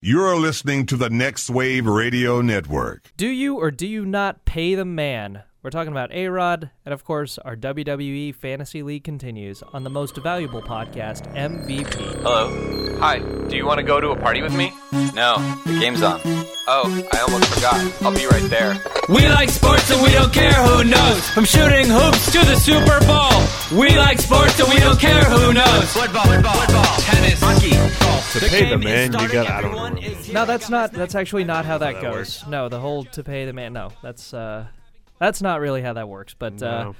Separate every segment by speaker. Speaker 1: You're listening to the Next Wave Radio Network.
Speaker 2: Do you or do you not pay the man? We're talking about A Rod, and of course, our WWE Fantasy League continues on the most valuable podcast, MVP.
Speaker 3: Hello. Hi. Do you want to go to a party with me? No. The game's on. Oh, I almost forgot. I'll be right there.
Speaker 4: We like sports and we don't care who knows. From shooting hoops to the Super Bowl. We like sports and we don't care who knows. Football, football, football, tennis, hockey, golf.
Speaker 5: To pay the man, you got. I don't know.
Speaker 2: No, that's not. That's actually not how that goes. No, the whole to pay the man. No, that's uh, that's not really how that works. But uh,
Speaker 5: No.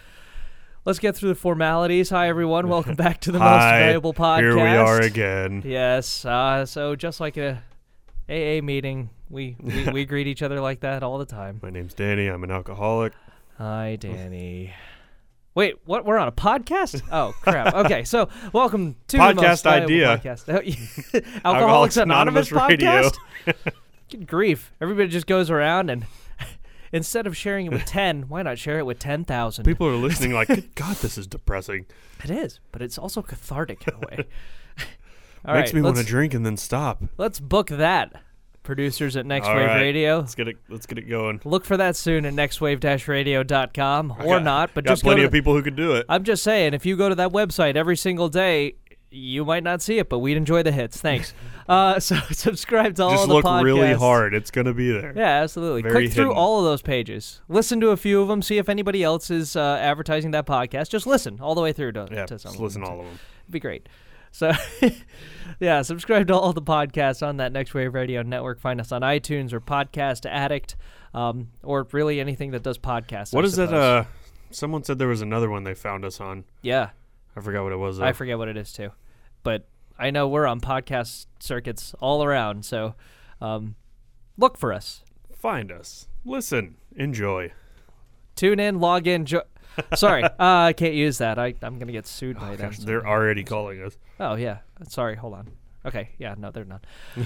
Speaker 2: let's get through the formalities. Hi, everyone. Welcome back to the most
Speaker 5: Hi,
Speaker 2: valuable podcast.
Speaker 5: Here we are again.
Speaker 2: Yes. Uh, so just like a AA meeting, we we, we greet each other like that all the time.
Speaker 5: My name's Danny. I'm an alcoholic.
Speaker 2: Hi, Danny. Wait, what? We're on a podcast? Oh crap! Okay, so welcome to the most
Speaker 5: Podcast
Speaker 2: valuable
Speaker 5: idea.
Speaker 2: Podcast. Oh, Alcoholics Anonymous, podcast. Good grief! Everybody just goes around and instead of sharing it with ten, why not share it with ten thousand?
Speaker 5: People are listening like, "Good God, this is depressing.
Speaker 2: It is, but it's also cathartic in a way. All
Speaker 5: Makes
Speaker 2: right,
Speaker 5: me want to
Speaker 2: let's-
Speaker 5: drink and then stop."
Speaker 2: Let's book that. Producers at Next
Speaker 5: All
Speaker 2: Wave
Speaker 5: right,
Speaker 2: Radio.
Speaker 5: Let's get it. Let's get it going.
Speaker 2: Look for that soon at nextwave-radio.com or
Speaker 5: Got-
Speaker 2: not, but
Speaker 5: got
Speaker 2: just go
Speaker 5: plenty
Speaker 2: to
Speaker 5: of
Speaker 2: the-
Speaker 5: people who could do it.
Speaker 2: I'm just saying, if you go to that website every single day, you might not see it, but we'd enjoy the hits. Thanks. uh, so subscribe to all
Speaker 5: Just
Speaker 2: the
Speaker 5: look really
Speaker 2: podcasts.
Speaker 5: hard. It's gonna be there.
Speaker 2: Yeah, absolutely.
Speaker 5: Very
Speaker 2: Click through
Speaker 5: hidden.
Speaker 2: all of those pages. Listen to a few of them. See if anybody else is uh, advertising that podcast. Just listen all the way through to,
Speaker 5: Yeah,
Speaker 2: to some.
Speaker 5: just listen
Speaker 2: of
Speaker 5: to
Speaker 2: them.
Speaker 5: all of them.
Speaker 2: It'd be great. So, yeah, subscribe to all the podcasts on that Next Wave Radio Network. Find us on iTunes or Podcast Addict, um, or really anything that does podcasts. I
Speaker 5: What is that?
Speaker 2: suppose.
Speaker 5: Uh, someone said there was another one they found us on.
Speaker 2: yeah,
Speaker 5: I forgot what it was. Though.
Speaker 2: I forget what it is too, but I know we're on podcast circuits all around. So, um, look for us.
Speaker 5: Find us. Listen. Enjoy.
Speaker 2: Tune in, log in. Jo- Sorry, uh, I can't use that. I, I'm gonna get sued by them.
Speaker 5: Gosh, they're already calling us.
Speaker 2: Oh yeah. Sorry, hold on. Okay, yeah, no, they're not.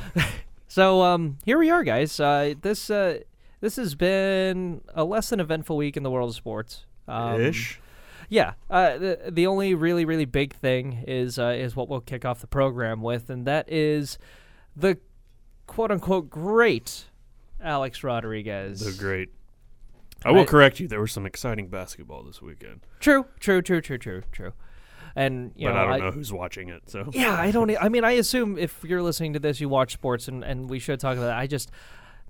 Speaker 2: so um, here we are, guys. Uh, this uh, this has been a less than eventful week in the world of sports. Um,
Speaker 5: Ish.
Speaker 2: Yeah. Uh, the, the only really really big thing is uh, is what we'll kick off the program with, and that is the quote unquote great Alex Rodriguez.
Speaker 5: They're great. I will
Speaker 2: I-
Speaker 5: correct you. There was some exciting basketball this weekend,
Speaker 2: True. True. True. True. True. True. And you
Speaker 5: but
Speaker 2: know,
Speaker 5: I don't know who's watching it. So
Speaker 2: Yeah, I don't. e- I mean, I assume if you're listening to this, you watch sports, and, and we should talk about that. I just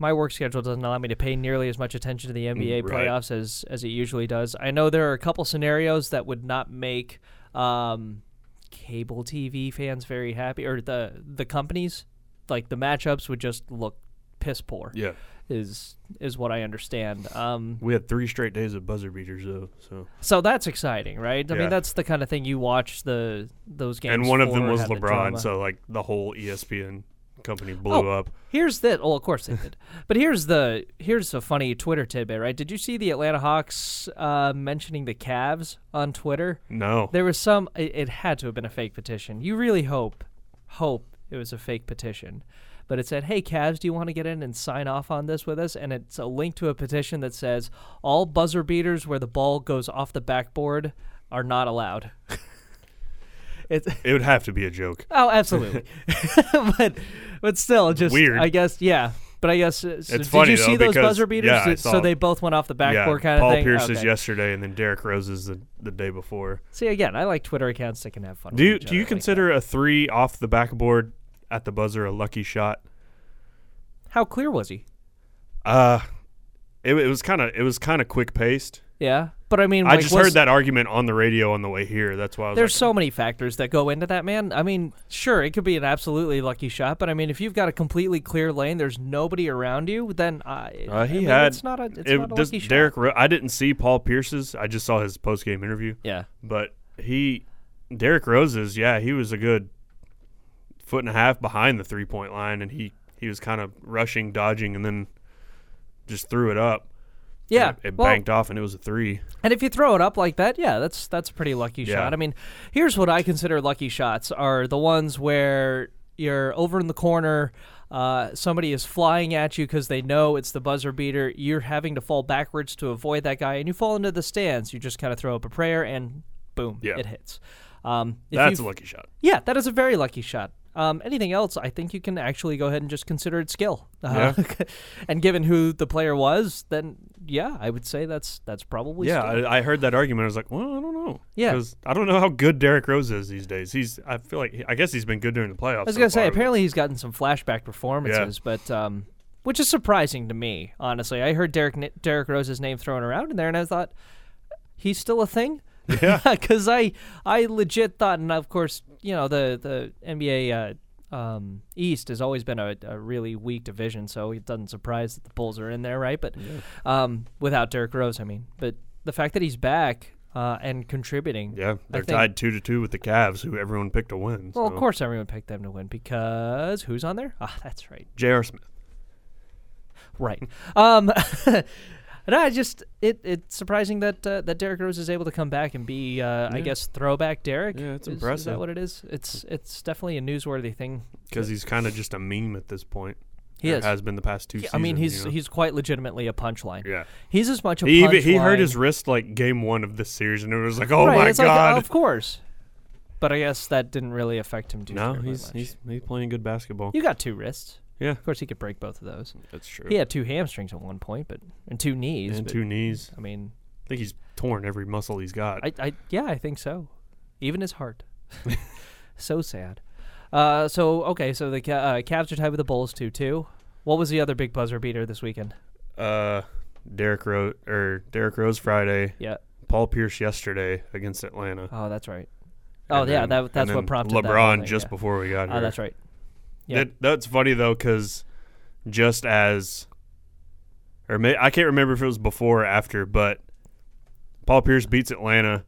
Speaker 2: my work schedule doesn't allow me to pay nearly as much attention to the NBA
Speaker 5: Mm, right.
Speaker 2: playoffs as as it usually does. I know there are a couple scenarios that would not make um, cable TV fans very happy, or the the companies like the matchups would just look piss poor.
Speaker 5: yeah.
Speaker 2: is is what I understand. Um,
Speaker 5: We had three straight days of buzzer beaters though. So
Speaker 2: so that's exciting, right? I mean,
Speaker 5: Yeah.
Speaker 2: that's the kind of thing you watch the those games.
Speaker 5: and one of them
Speaker 2: for,
Speaker 5: was
Speaker 2: have the
Speaker 5: LeBron.
Speaker 2: drama.
Speaker 5: so like the whole E ESPN company blew
Speaker 2: Oh,
Speaker 5: up.
Speaker 2: Here's the well, of course they did, but here's the here's a funny Twitter tidbit, right? Did you see the Atlanta Hawks uh, mentioning the Cavs on Twitter?
Speaker 5: No,
Speaker 2: There was some. It, it had to have been a fake petition. You really hope, hope it was a fake petition, but it said, "Hey Cavs, do you want to get in and sign off on this with us?" And it's a link to a petition that says all buzzer beaters where the ball goes off the backboard are not allowed. it's.
Speaker 5: it would have to be a joke.
Speaker 2: Oh, absolutely. but but still, just
Speaker 5: Weird.
Speaker 2: I guess yeah. But I guess uh, so did
Speaker 5: It's funny,
Speaker 2: you see
Speaker 5: though,
Speaker 2: those
Speaker 5: because-
Speaker 2: buzzer beaters?
Speaker 5: yeah, I
Speaker 2: Did- so
Speaker 5: saw
Speaker 2: they
Speaker 5: it.
Speaker 2: both went off the
Speaker 5: yeah,
Speaker 2: backboard kind of
Speaker 5: Paul
Speaker 2: thing.
Speaker 5: Pierce is
Speaker 2: Okay.
Speaker 5: yesterday, and then Derek Rose is the, the day before.
Speaker 2: See again, I like Twitter accounts that can have fun.
Speaker 5: Do you,
Speaker 2: with each
Speaker 5: do you
Speaker 2: other like
Speaker 5: consider a three off the backboard at the buzzer a lucky shot?
Speaker 2: that. how clear was he?
Speaker 5: Uh, it, it was kind of it was kind of quick paced.
Speaker 2: Yeah, but I mean,
Speaker 5: I
Speaker 2: like,
Speaker 5: just
Speaker 2: was-
Speaker 5: heard that argument on the radio on the way here. That's why I was
Speaker 2: There's
Speaker 5: like,
Speaker 2: so many factors that go into that, man. I mean, sure, it could be an absolutely lucky shot, but I mean, if you've got a completely clear lane, there's nobody around you, then uh,
Speaker 5: Uh, he
Speaker 2: I mean,
Speaker 5: had.
Speaker 2: It's not a. It's
Speaker 5: it
Speaker 2: not a
Speaker 5: does-
Speaker 2: lucky shot.
Speaker 5: Derek. Ro- I didn't see Paul Pierce's. I just saw his post game interview.
Speaker 2: Yeah.
Speaker 5: But he, Derek Rose's. Yeah, he was a good foot and a half behind the three point line, and he he was kind of rushing, dodging, and then just threw it up.
Speaker 2: Yeah.
Speaker 5: It, it
Speaker 2: well,
Speaker 5: banked off, and it was a three.
Speaker 2: And if you throw it up like that, yeah, that's that's a pretty lucky
Speaker 5: Yeah.
Speaker 2: shot. I mean, here's what I consider lucky shots are the ones where you're over in the corner, uh, somebody is flying at you because they know it's the buzzer beater. You're having to fall backwards to avoid that guy, and you fall into the stands. You just kind of throw up a prayer, and boom,
Speaker 5: Yeah.
Speaker 2: it hits. Um, if
Speaker 5: That's
Speaker 2: you-
Speaker 5: a lucky shot.
Speaker 2: yeah, that is a very lucky shot. Um, anything else? I think you can actually go ahead and just consider it skill. Uh, and given who the player was, then yeah, I would say that's that's probably
Speaker 5: Yeah,
Speaker 2: skill.
Speaker 5: I, I heard that argument. I was like, well, I don't know.
Speaker 2: Yeah.
Speaker 5: because I don't know how good Derrick Rose is these days. He's, I feel like, he, I guess he's been good during the playoffs.
Speaker 2: I was
Speaker 5: so
Speaker 2: gonna say,
Speaker 5: far, but-
Speaker 2: apparently he's gotten some flashback performances, but um, which is surprising to me, honestly. I heard Derek Ni- Derek Rose's name thrown around in there, and I thought he's still a thing. Yeah, because I I legit thought, and of course, you know the the NBA uh, um, East has always been a, a really weak division, so it doesn't surprise that the Bulls are in there, right? But um, without Derek Rose, I mean, but the fact that he's back uh, and contributing,
Speaker 5: Yeah,
Speaker 2: I
Speaker 5: they're
Speaker 2: think-
Speaker 5: tied two to two with the Cavs, who everyone picked to win.
Speaker 2: Well, of
Speaker 5: so.
Speaker 2: course, everyone picked them to win because who's on there? Ah, that's right.
Speaker 5: J.R. Smith.
Speaker 2: Right. Um, no, I just it it's surprising that uh, that Derrick Rose is able to come back and be uh, I guess throwback Derrick.
Speaker 5: Yeah, it's
Speaker 2: Is- Is
Speaker 5: impressive.
Speaker 2: that what it is? It's it's definitely a newsworthy thing.
Speaker 5: because he's kind of just a meme at this point.
Speaker 2: He
Speaker 5: Or
Speaker 2: is.
Speaker 5: has been the past two.
Speaker 2: I mean,
Speaker 5: seasons,
Speaker 2: he's
Speaker 5: you know?
Speaker 2: he's quite legitimately a punchline.
Speaker 5: Yeah.
Speaker 2: He's as much a
Speaker 5: he
Speaker 2: punchline.
Speaker 5: even, he hurt his wrist like game one of this series, and it was like, oh
Speaker 2: right,
Speaker 5: my
Speaker 2: it's like, uh,
Speaker 5: god.
Speaker 2: of course. But I guess that didn't really affect him too
Speaker 5: no,
Speaker 2: terribly
Speaker 5: he's
Speaker 2: much.
Speaker 5: he's he's playing good basketball.
Speaker 2: You got two wrists.
Speaker 5: yeah,
Speaker 2: Of course, he could break both of those.
Speaker 5: that's true.
Speaker 2: He had two hamstrings at one point, but and two knees.
Speaker 5: and
Speaker 2: but,
Speaker 5: two knees.
Speaker 2: I mean,
Speaker 5: I think he's torn every muscle he's got.
Speaker 2: I, I yeah, I think so. Even his heart. so sad. Uh, so okay, so the Ca- uh, Cavs are tied with the Bulls two two. What was the other big buzzer beater this weekend?
Speaker 5: uh, Derrick Rose or Derrick Rose Friday.
Speaker 2: Yeah.
Speaker 5: Paul Pierce yesterday against Atlanta.
Speaker 2: Oh, that's right. Oh
Speaker 5: And
Speaker 2: yeah,
Speaker 5: then-
Speaker 2: that, that's
Speaker 5: and
Speaker 2: what
Speaker 5: then
Speaker 2: prompted that whole
Speaker 5: LeBron
Speaker 2: thing,
Speaker 5: just
Speaker 2: yeah.
Speaker 5: before we got here.
Speaker 2: Oh, that's right. Yeah.
Speaker 5: That, that's funny though, because just as, or may, I can't remember if it was before or after, but Paul Pierce beats Atlanta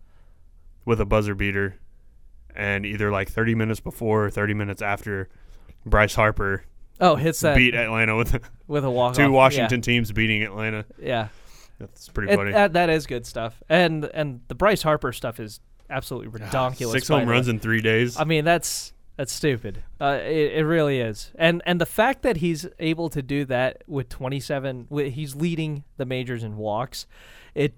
Speaker 5: with a buzzer beater, and either like 30 minutes before or 30 minutes after, Bryce Harper
Speaker 2: Oh, hits that
Speaker 5: beat Atlanta with
Speaker 2: with a walk.
Speaker 5: two Washington teams beating Atlanta.
Speaker 2: Yeah,
Speaker 5: That's pretty
Speaker 2: It-
Speaker 5: funny.
Speaker 2: that, that is good stuff. And and the Bryce Harper stuff is absolutely redonkulous.
Speaker 5: Six
Speaker 2: by
Speaker 5: home
Speaker 2: the
Speaker 5: runs
Speaker 2: way.
Speaker 5: in three days.
Speaker 2: I mean, that's that's stupid. Uh, it, it really is. And and the fact that he's able to do that with 27, wi- he's leading the majors in walks. It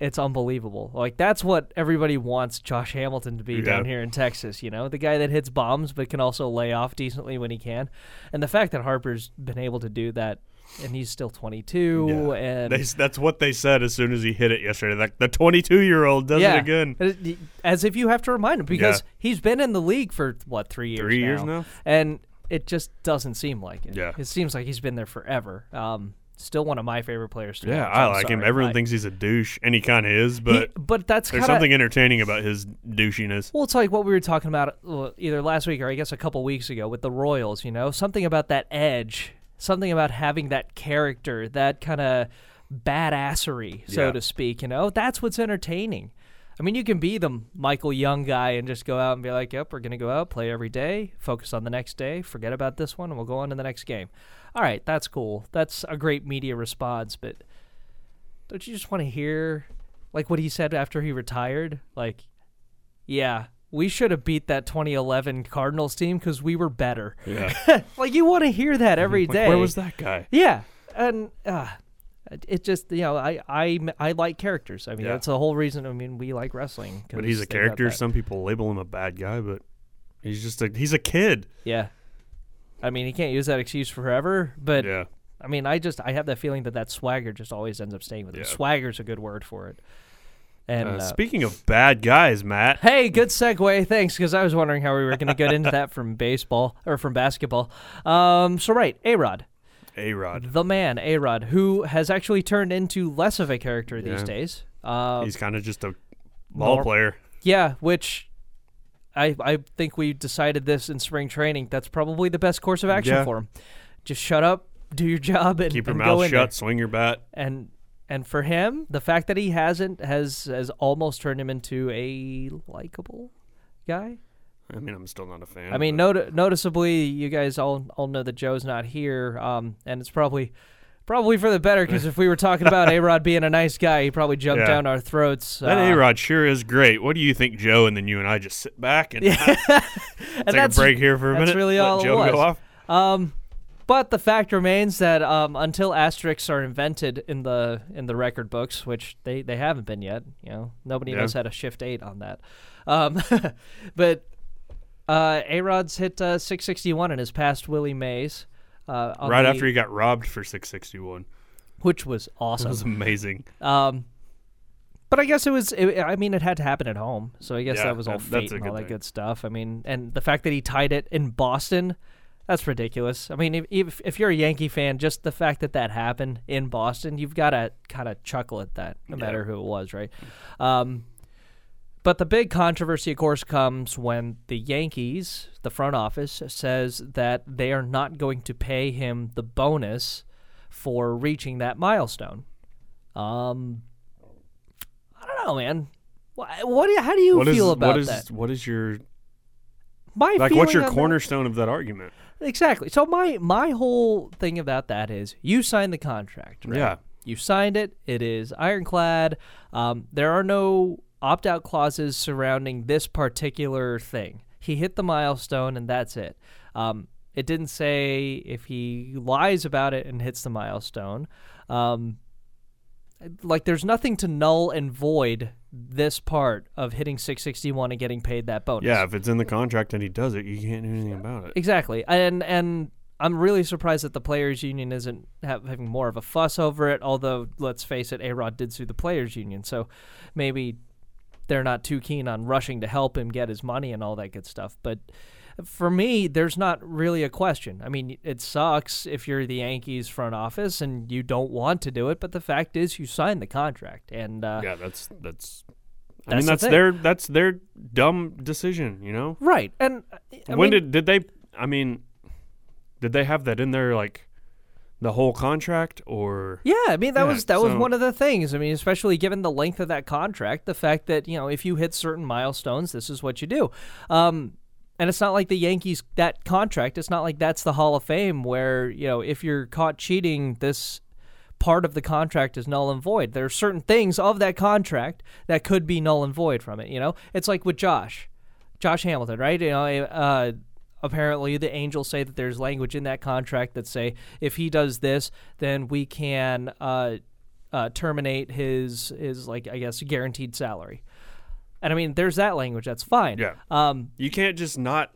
Speaker 2: it's unbelievable. Like that's what everybody wants Josh Hamilton to be down here in Texas. You know, the guy that hits bombs but can also lay off decently when he can. And the fact that Harper's been able to do that. And he's still 22,
Speaker 5: Yeah.
Speaker 2: and
Speaker 5: They s- that's what they said as soon as he hit it yesterday. Like the 22 year old does it again.
Speaker 2: As- As if you have to remind him because
Speaker 5: Yeah.
Speaker 2: he's been in the league for what three years?
Speaker 5: Three
Speaker 2: now,
Speaker 5: years now?
Speaker 2: and it just doesn't seem like it.
Speaker 5: Yeah.
Speaker 2: it seems like he's been there forever. Um, still one of my favorite players. To
Speaker 5: Yeah,
Speaker 2: watch.
Speaker 5: I
Speaker 2: I'm
Speaker 5: like him.
Speaker 2: sorry.
Speaker 5: Everyone
Speaker 2: I-
Speaker 5: thinks he's a douche, and he kind of is,
Speaker 2: he-
Speaker 5: but
Speaker 2: but that's
Speaker 5: there's
Speaker 2: kinda-
Speaker 5: something entertaining about his douchiness.
Speaker 2: Well, it's like what we were talking about uh, either last week or I guess a couple weeks ago with the Royals. You know, something about that edge, something about having that character, that kind of badassery, so
Speaker 5: Yeah.
Speaker 2: to speak. You know, that's what's entertaining. I mean, you can be the Michael Young guy and just go out and be like, "Yep, we're gonna go out, play every day, focus on the next day, forget about this one, and we'll go on to the next game." All right, that's cool. That's a great media response, but don't you just want to hear like what he said after he retired? Like, yeah, we should have beat that 2011 Cardinals team because we were better.
Speaker 5: Yeah.
Speaker 2: like you want to hear that every day.
Speaker 5: Where was that guy?
Speaker 2: Yeah, and uh, it just you know I I I like characters. I mean
Speaker 5: Yeah.
Speaker 2: that's the whole reason. I mean we like wrestling.
Speaker 5: But he's a character. Some people label him a bad guy, but he's just a he's a kid.
Speaker 2: Yeah. I mean, he can't use that excuse forever, but
Speaker 5: Yeah,
Speaker 2: I mean, I just I have that feeling that that swagger just always ends up staying with him.
Speaker 5: Yeah.
Speaker 2: Swagger's a good word for it. And
Speaker 5: Uh,
Speaker 2: uh,
Speaker 5: speaking of bad guys, Matt.
Speaker 2: Hey, good segue. Thanks, because I was wondering how we were going to get into that from baseball or from basketball. Um, so right, A Rod,
Speaker 5: A Rod.
Speaker 2: the man, A Rod, who has actually turned into less of a character these
Speaker 5: Yeah.
Speaker 2: days. Uh,
Speaker 5: He's kind of just a ball
Speaker 2: Nor-
Speaker 5: player.
Speaker 2: yeah, which I I think we decided this in spring training. That's probably the best course of action
Speaker 5: Yeah.
Speaker 2: for him. Just shut up, do your job, and
Speaker 5: Keep your
Speaker 2: and go
Speaker 5: mouth
Speaker 2: in there.
Speaker 5: shut. Swing your bat.
Speaker 2: and and for him, the fact that he hasn't has has almost turned him into a likable guy.
Speaker 5: I mean, I'm still not a fan.
Speaker 2: I mean,
Speaker 5: but
Speaker 2: noti- noticeably, you guys all all know that Joe's not here, um, and it's probably probably for the better because if we were talking about A Rod being a nice guy, he probably jumped
Speaker 5: Yeah.
Speaker 2: down our throats.
Speaker 5: That
Speaker 2: uh,
Speaker 5: A Rod sure is great. What do you think, Joe? And then you and I just sit back and
Speaker 2: and
Speaker 5: take a
Speaker 2: that's-
Speaker 5: break here for a
Speaker 2: that's
Speaker 5: minute.
Speaker 2: really
Speaker 5: let
Speaker 2: all it
Speaker 5: Joe
Speaker 2: was.
Speaker 5: go off.
Speaker 2: But the fact remains that um, until asterisks are invented in the in the record books, which they, they haven't been yet, you know, nobody
Speaker 5: Yeah.
Speaker 2: knows how to shift eight on that. Um, but Uh, A Rod's hit uh, 661 and has passed Willie Mays. Uh, on
Speaker 5: right
Speaker 2: the-
Speaker 5: after he got robbed for 661.
Speaker 2: which was
Speaker 5: That was
Speaker 2: awesome.
Speaker 5: amazing.
Speaker 2: Um, but I guess it was. It, I mean, it had to happen at home, so I guess
Speaker 5: Yeah,
Speaker 2: that was all
Speaker 5: that-
Speaker 2: fate
Speaker 5: that's a
Speaker 2: and all
Speaker 5: good
Speaker 2: that
Speaker 5: thing.
Speaker 2: good stuff. I mean, and the fact that he tied it in Boston, that's ridiculous. I mean, if if, if you're a Yankee fan, just the fact that that happened in Boston, you've got to kind of chuckle at that, no matter who it was, right? Um, but the big controversy, of course, comes when the Yankees, the front office, says that they are not going to pay him the bonus for reaching that milestone. Um, I don't know, man. Wha- What? do you- How do you
Speaker 5: What is
Speaker 2: feel about
Speaker 5: what is
Speaker 2: that?
Speaker 5: what is your
Speaker 2: My
Speaker 5: like? What's
Speaker 2: feeling
Speaker 5: your
Speaker 2: on that-
Speaker 5: cornerstone of that argument?
Speaker 2: Exactly. So my my whole thing about that is you signed the contract. Right?
Speaker 5: Yeah.
Speaker 2: You signed it. It is ironclad. Um, there are no opt out clauses surrounding this particular thing. He hit the milestone and that's it. Um, it didn't say if he lies about it and hits the milestone. Um, like there's nothing to null and void this part of hitting 661 and getting paid that bonus.
Speaker 5: Yeah, if it's in the contract and he does it, you can't do anything about it.
Speaker 2: Exactly, and and I'm really surprised that the players' union isn't have, having more of a fuss over it. Although, let's face it, A Rod did sue the players' union, so maybe they're not too keen on rushing to help him get his money and all that good stuff. But for me, there's not really a question. I mean, it sucks if you're the Yankees front office and you don't want to do it, but the fact is, you signed the contract, and uh,
Speaker 5: Yeah, that's that's. I
Speaker 2: That's
Speaker 5: mean,
Speaker 2: the
Speaker 5: that's
Speaker 2: thing.
Speaker 5: their that's their dumb decision. You know,
Speaker 2: right. And I mean,
Speaker 5: when did did they? I mean, did they have that in there like the whole contract or?
Speaker 2: Yeah, I mean that
Speaker 5: Yeah,
Speaker 2: was that was
Speaker 5: so-
Speaker 2: one of the things. I mean, especially given the length of that contract, the fact that you know if you hit certain milestones, this is what you do. Um, and it's not like the Yankees that contract. It's not like that's the Hall of Fame where you know if you're caught cheating, this part of the contract is null and void. There are certain things of that contract that could be null and void from it. You know, it's like with Josh, Josh Hamilton, right? You know, uh, apparently the Angels say that there's language in that contract that say if he does this, then we can uh, uh, terminate his his like I guess guaranteed salary. And I mean, there's that language. That's fine.
Speaker 5: Yeah.
Speaker 2: Um,
Speaker 5: You can't just not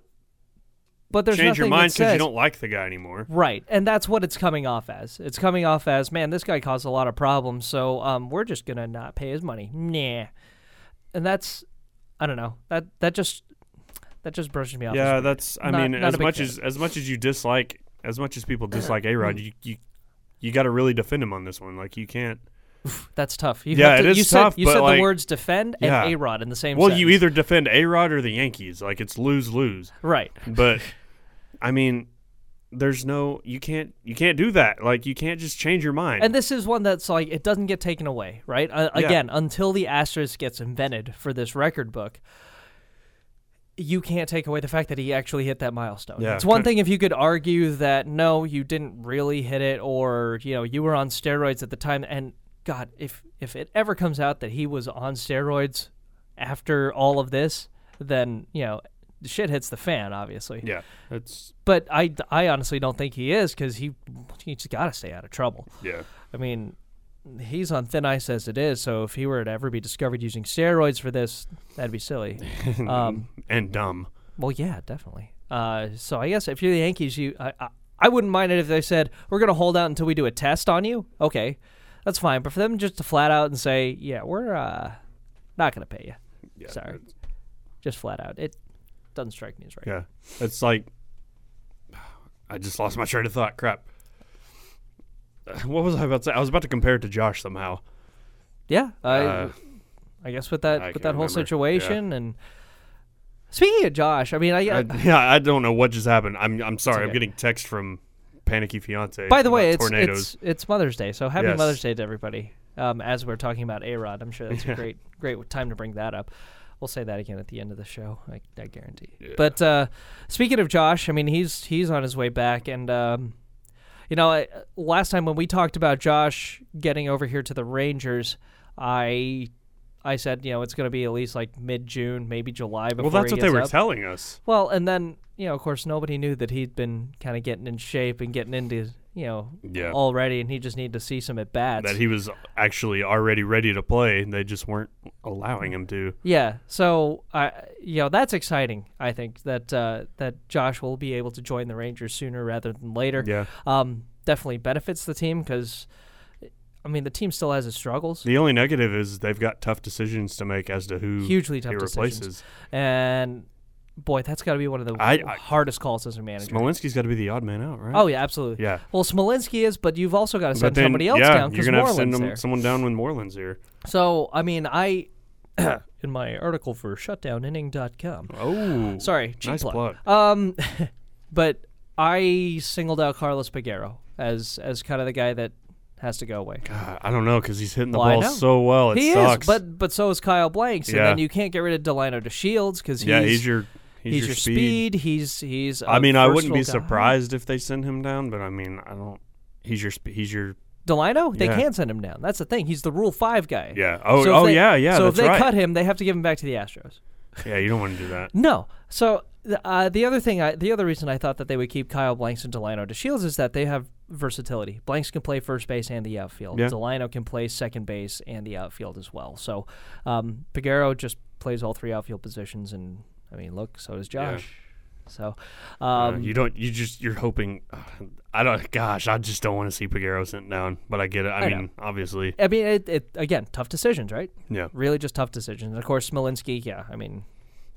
Speaker 2: but there's nothing
Speaker 5: change your mind
Speaker 2: that
Speaker 5: because
Speaker 2: says-
Speaker 5: you don't like the guy anymore.
Speaker 2: Right, and that's what it's coming off as. It's coming off as, man, this guy caused a lot of problems, so um, we're just gonna not pay his money. Nah, and that's, I don't know, that that just that just brushes me off.
Speaker 5: Yeah, that's. I
Speaker 2: Not-
Speaker 5: mean,
Speaker 2: not a
Speaker 5: as
Speaker 2: big
Speaker 5: much
Speaker 2: fan.
Speaker 5: as as much as you dislike, as much as people dislike A Rod, you you you got to really defend him on this one. Like you can't.
Speaker 2: that's tough. You
Speaker 5: Yeah,
Speaker 2: have to-
Speaker 5: it is
Speaker 2: you said,
Speaker 5: tough,
Speaker 2: You
Speaker 5: but,
Speaker 2: said the
Speaker 5: like-
Speaker 2: words defend and
Speaker 5: Yeah.
Speaker 2: a rod in the same.
Speaker 5: Well, you
Speaker 2: sentence.
Speaker 5: either defend A Rod or the Yankees. Like it's lose lose.
Speaker 2: right.
Speaker 5: But I mean, there's no you can't you can't do that. Like you can't just change your mind.
Speaker 2: And this is one that's like it doesn't get taken away, right? Uh,
Speaker 5: Yeah.
Speaker 2: Again, until the asterisk gets invented for this record book, you can't take away the fact that he actually hit that milestone.
Speaker 5: Yeah.
Speaker 2: it's one
Speaker 5: Kinda-
Speaker 2: thing if you could argue that no, you didn't really hit it, or you know you were on steroids at the time. And God, if if it ever comes out that he was on steroids after all of this, then you know shit hits the fan, obviously.
Speaker 5: yeah, that's
Speaker 2: But I, I honestly don't think he is because he he's got to stay out of trouble.
Speaker 5: yeah.
Speaker 2: I mean, he's on thin ice as it is. So if he were to ever be discovered using steroids for this, that'd be silly. Um,
Speaker 5: and dumb.
Speaker 2: well, yeah, definitely. Uh, so I guess if you're the Yankees, you I, I, I wouldn't mind it if they said we're gonna hold out until we do a test on you. Okay, that's fine. But for them just to flat out and say, yeah, we're uh, not gonna pay you. Sorry, just flat out. It doesn't strike me as right.
Speaker 5: Yeah, it's like I just lost my train of thought. Crap. What was I about to say? I was about to compare it to Josh somehow.
Speaker 2: Yeah, I,
Speaker 5: Uh,
Speaker 2: I guess with that
Speaker 5: I
Speaker 2: with
Speaker 5: can't
Speaker 2: that whole
Speaker 5: remember. Yeah.
Speaker 2: situation and speaking of Josh, I mean, I, I
Speaker 5: I, yeah, I don't know what just happened. I'm I'm sorry.
Speaker 2: okay.
Speaker 5: I'm getting text from panicky fiance.
Speaker 2: By the way,
Speaker 5: about
Speaker 2: it's,
Speaker 5: tornadoes.
Speaker 2: it's it's Mother's Day, so happy
Speaker 5: Yes.
Speaker 2: Mother's Day to everybody. Um, as we're talking about A Rod, I'm sure that's a great great time to bring that up. We'll say that again at the end of the show. I, I guarantee. But uh, speaking of Josh, I mean he's he's on his way back, and um, you know I, last time when we talked about Josh getting over here to the Rangers, I I said you know it's going to be at least like mid June, maybe July before.
Speaker 5: well, that's
Speaker 2: he
Speaker 5: what they
Speaker 2: gets
Speaker 5: were
Speaker 2: up.
Speaker 5: telling us.
Speaker 2: Well, and then you know, of course, nobody knew that he'd been kind of getting in shape and getting into you know,
Speaker 5: Yeah.
Speaker 2: already, and he just needed to see some at bats.
Speaker 5: that he was actually already ready to play. and They just weren't allowing him to.
Speaker 2: Yeah, so I, you know, that's exciting. I think that uh, that Josh will be able to join the Rangers sooner rather than later.
Speaker 5: Yeah.
Speaker 2: um, definitely benefits the team because, I mean, the team still has its struggles,
Speaker 5: The only negative is they've got tough decisions to make as to who
Speaker 2: hugely tough
Speaker 5: he
Speaker 2: decisions,
Speaker 5: replaces.
Speaker 2: and boy, that's got to be one of the
Speaker 5: I- I-
Speaker 2: hardest calls as a manager.
Speaker 5: Malinsky's got to be the odd man out, right?
Speaker 2: oh yeah, absolutely.
Speaker 5: Yeah.
Speaker 2: Well, Smolinski is, but you've also got to
Speaker 5: but
Speaker 2: send
Speaker 5: then,
Speaker 2: somebody else
Speaker 5: yeah,
Speaker 2: down
Speaker 5: you're
Speaker 2: because
Speaker 5: gonna have to send
Speaker 2: Moreland's
Speaker 5: them-
Speaker 2: there.
Speaker 5: someone down when Moreland's here.
Speaker 2: So I mean, I in my article for shutdowninning.com.
Speaker 5: Oh,
Speaker 2: Sorry, cheap
Speaker 5: nice plug.
Speaker 2: Um, but I singled out Carlos Piguero as as kind of the guy that has to go away.
Speaker 5: God, I don't know because he's hitting the
Speaker 2: Well, I
Speaker 5: ball
Speaker 2: know.
Speaker 5: so well. It
Speaker 2: he
Speaker 5: sucks.
Speaker 2: is, but but so is Kyle Blanks, and
Speaker 5: Yeah.
Speaker 2: then you can't get rid of Delano De Shields because he's,
Speaker 5: yeah, he's your he's,
Speaker 2: he's your speed. uh, He's he's. I
Speaker 5: I mean, I wouldn't be surprised if they send him down, but I mean, I don't. He's your sp- he's your
Speaker 2: Delano, they
Speaker 5: Yeah.
Speaker 2: can send him down. That's the thing. He's the Rule Five guy.
Speaker 5: Yeah. Oh-
Speaker 2: if
Speaker 5: oh,
Speaker 2: they-
Speaker 5: yeah, yeah,
Speaker 2: So if
Speaker 5: that's
Speaker 2: they
Speaker 5: right.
Speaker 2: cut him, they have to give him back to the Astros.
Speaker 5: yeah. You don't want to do that.
Speaker 2: No. So th- uh, the other thing, I, the other reason I thought that they would keep Kyle Blanks and Delano De Shields is that they have versatility. Blanks can play first base and the outfield.
Speaker 5: Yeah.
Speaker 2: Delano can play second base and the outfield as well. So um, Piguero just plays all three outfield positions, and I mean, look, so does Josh. So um,
Speaker 5: you don't. You just you're hoping. I don't. Gosh, I just don't want to see Pagero sent down. But I get it. I,
Speaker 2: I know.
Speaker 5: mean, obviously,
Speaker 2: I mean, it, it again, tough decisions, right?
Speaker 5: yeah.
Speaker 2: Really, just tough decisions. And of course, Smolinski. Yeah, I mean,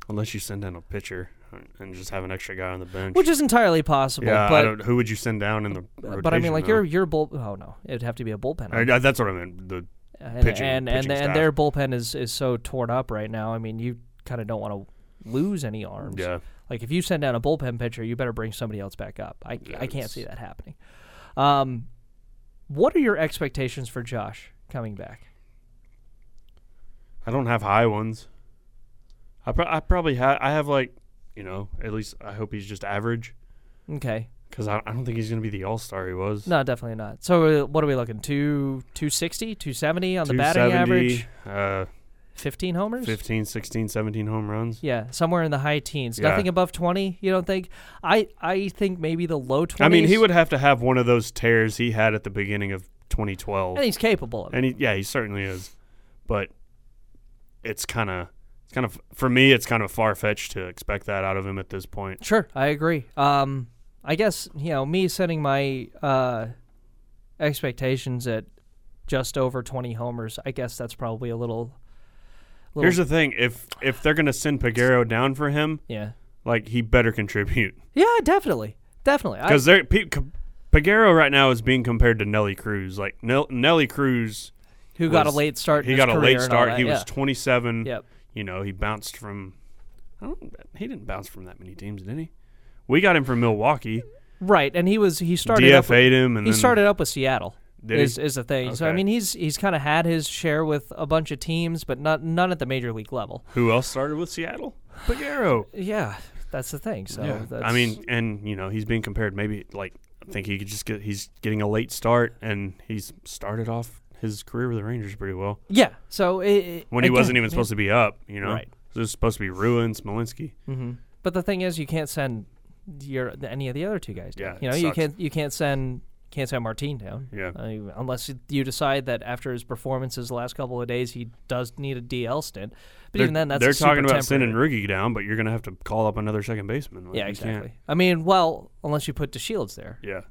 Speaker 5: Unless you send down a pitcher and just have an extra guy on the bench.
Speaker 2: which is entirely possible.
Speaker 5: yeah, I
Speaker 2: but Uh,
Speaker 5: don't, who would you send down in the? Rotation,
Speaker 2: but I mean, like
Speaker 5: though?
Speaker 2: your your bull. Oh no, it'd have to be a bullpen.
Speaker 5: I- I- that's what I meant. The
Speaker 2: and
Speaker 5: pitching-
Speaker 2: and
Speaker 5: pitching
Speaker 2: and,
Speaker 5: staff.
Speaker 2: and their bullpen is is so torn up right now. I mean, you kind of don't want to lose any arms.
Speaker 5: Yeah.
Speaker 2: Like if you send down a bullpen pitcher, you better bring somebody else back up. I I can't
Speaker 5: it's-
Speaker 2: see that happening. Um, what are your expectations for Josh coming back?
Speaker 5: I don't have high ones. I pro- I probably have. I have like, you know, at least I hope he's just average
Speaker 2: Okay,
Speaker 5: because I, I don't think he's gonna be the all star he was.
Speaker 2: no, definitely not. So uh, what are we looking? Two 260, 270 on the batting
Speaker 5: 270,
Speaker 2: average.
Speaker 5: uh,
Speaker 2: Fifteen homers.
Speaker 5: 15, 16, 17 home runs.
Speaker 2: Yeah, somewhere in the high teens.
Speaker 5: Yeah.
Speaker 2: Nothing above twenty. You don't think? I I think maybe the low twenties.
Speaker 5: I mean, he would have to have one of those tears he had at the beginning of 2012,
Speaker 2: And he's capable of it.
Speaker 5: and he, yeah, he certainly is. But it's kind of, it's kind of for me, it's kind of far fetched to expect that out of him at this point.
Speaker 2: Sure, I agree. Um, I guess you know me setting my uh, expectations at just over twenty homers. I guess that's probably a little. little
Speaker 5: Here's the thing: if if they're gonna send Pagero down for him,
Speaker 2: yeah,
Speaker 5: like he better contribute
Speaker 2: yeah, definitely, definitely. I,
Speaker 5: because they're pe- c- Pagero right now is being compared to Nelly Cruz. Like Nel- Nelly Cruz,
Speaker 2: who got a
Speaker 5: was-
Speaker 2: late start? in
Speaker 5: he
Speaker 2: his
Speaker 5: got a
Speaker 2: career
Speaker 5: late
Speaker 2: and all
Speaker 5: start.
Speaker 2: that,
Speaker 5: He
Speaker 2: yeah.
Speaker 5: was 27.
Speaker 2: Yep.
Speaker 5: You know, he bounced from. I don't, he didn't bounce from that many teams, did he? We got him from Milwaukee,
Speaker 2: right, and he was he started up with,
Speaker 5: DFA'd him, and
Speaker 2: he
Speaker 5: then-
Speaker 2: started up with Seattle.
Speaker 5: Did he?
Speaker 2: Is, is the thing. So I
Speaker 5: Okay.
Speaker 2: mean, he's he's kind of had his share with a bunch of teams, but not none at the major league level.
Speaker 5: Who else started with Seattle? Pagero.
Speaker 2: Yeah, that's the thing. So that's,
Speaker 5: I mean, and you know, he's being compared. Maybe like I think he could just get. He's getting a late start, and he's started off his career with the Rangers pretty well
Speaker 2: yeah. So it,
Speaker 5: when he wasn't even supposed to be up. You know,
Speaker 2: Right.
Speaker 5: So it was supposed to be Ruin Smolinski.
Speaker 2: But the thing is, you can't send your any of the other two guys. Down.
Speaker 5: Yeah, it
Speaker 2: you know, you
Speaker 5: sucks.
Speaker 2: can't you can't send can't send Martin down.
Speaker 5: Yeah.
Speaker 2: I mean, unless you- you decide that after his performances the last couple of days, he does need a DL stint. But even then, that's
Speaker 5: they're
Speaker 2: a
Speaker 5: talking
Speaker 2: super
Speaker 5: about sending
Speaker 2: temporary-
Speaker 5: Rookie down, but you're gonna have to call up another second baseman. Like,
Speaker 2: Yeah,
Speaker 5: you can't-
Speaker 2: exactly. I mean, well, unless you put the Shields there,
Speaker 5: Yeah,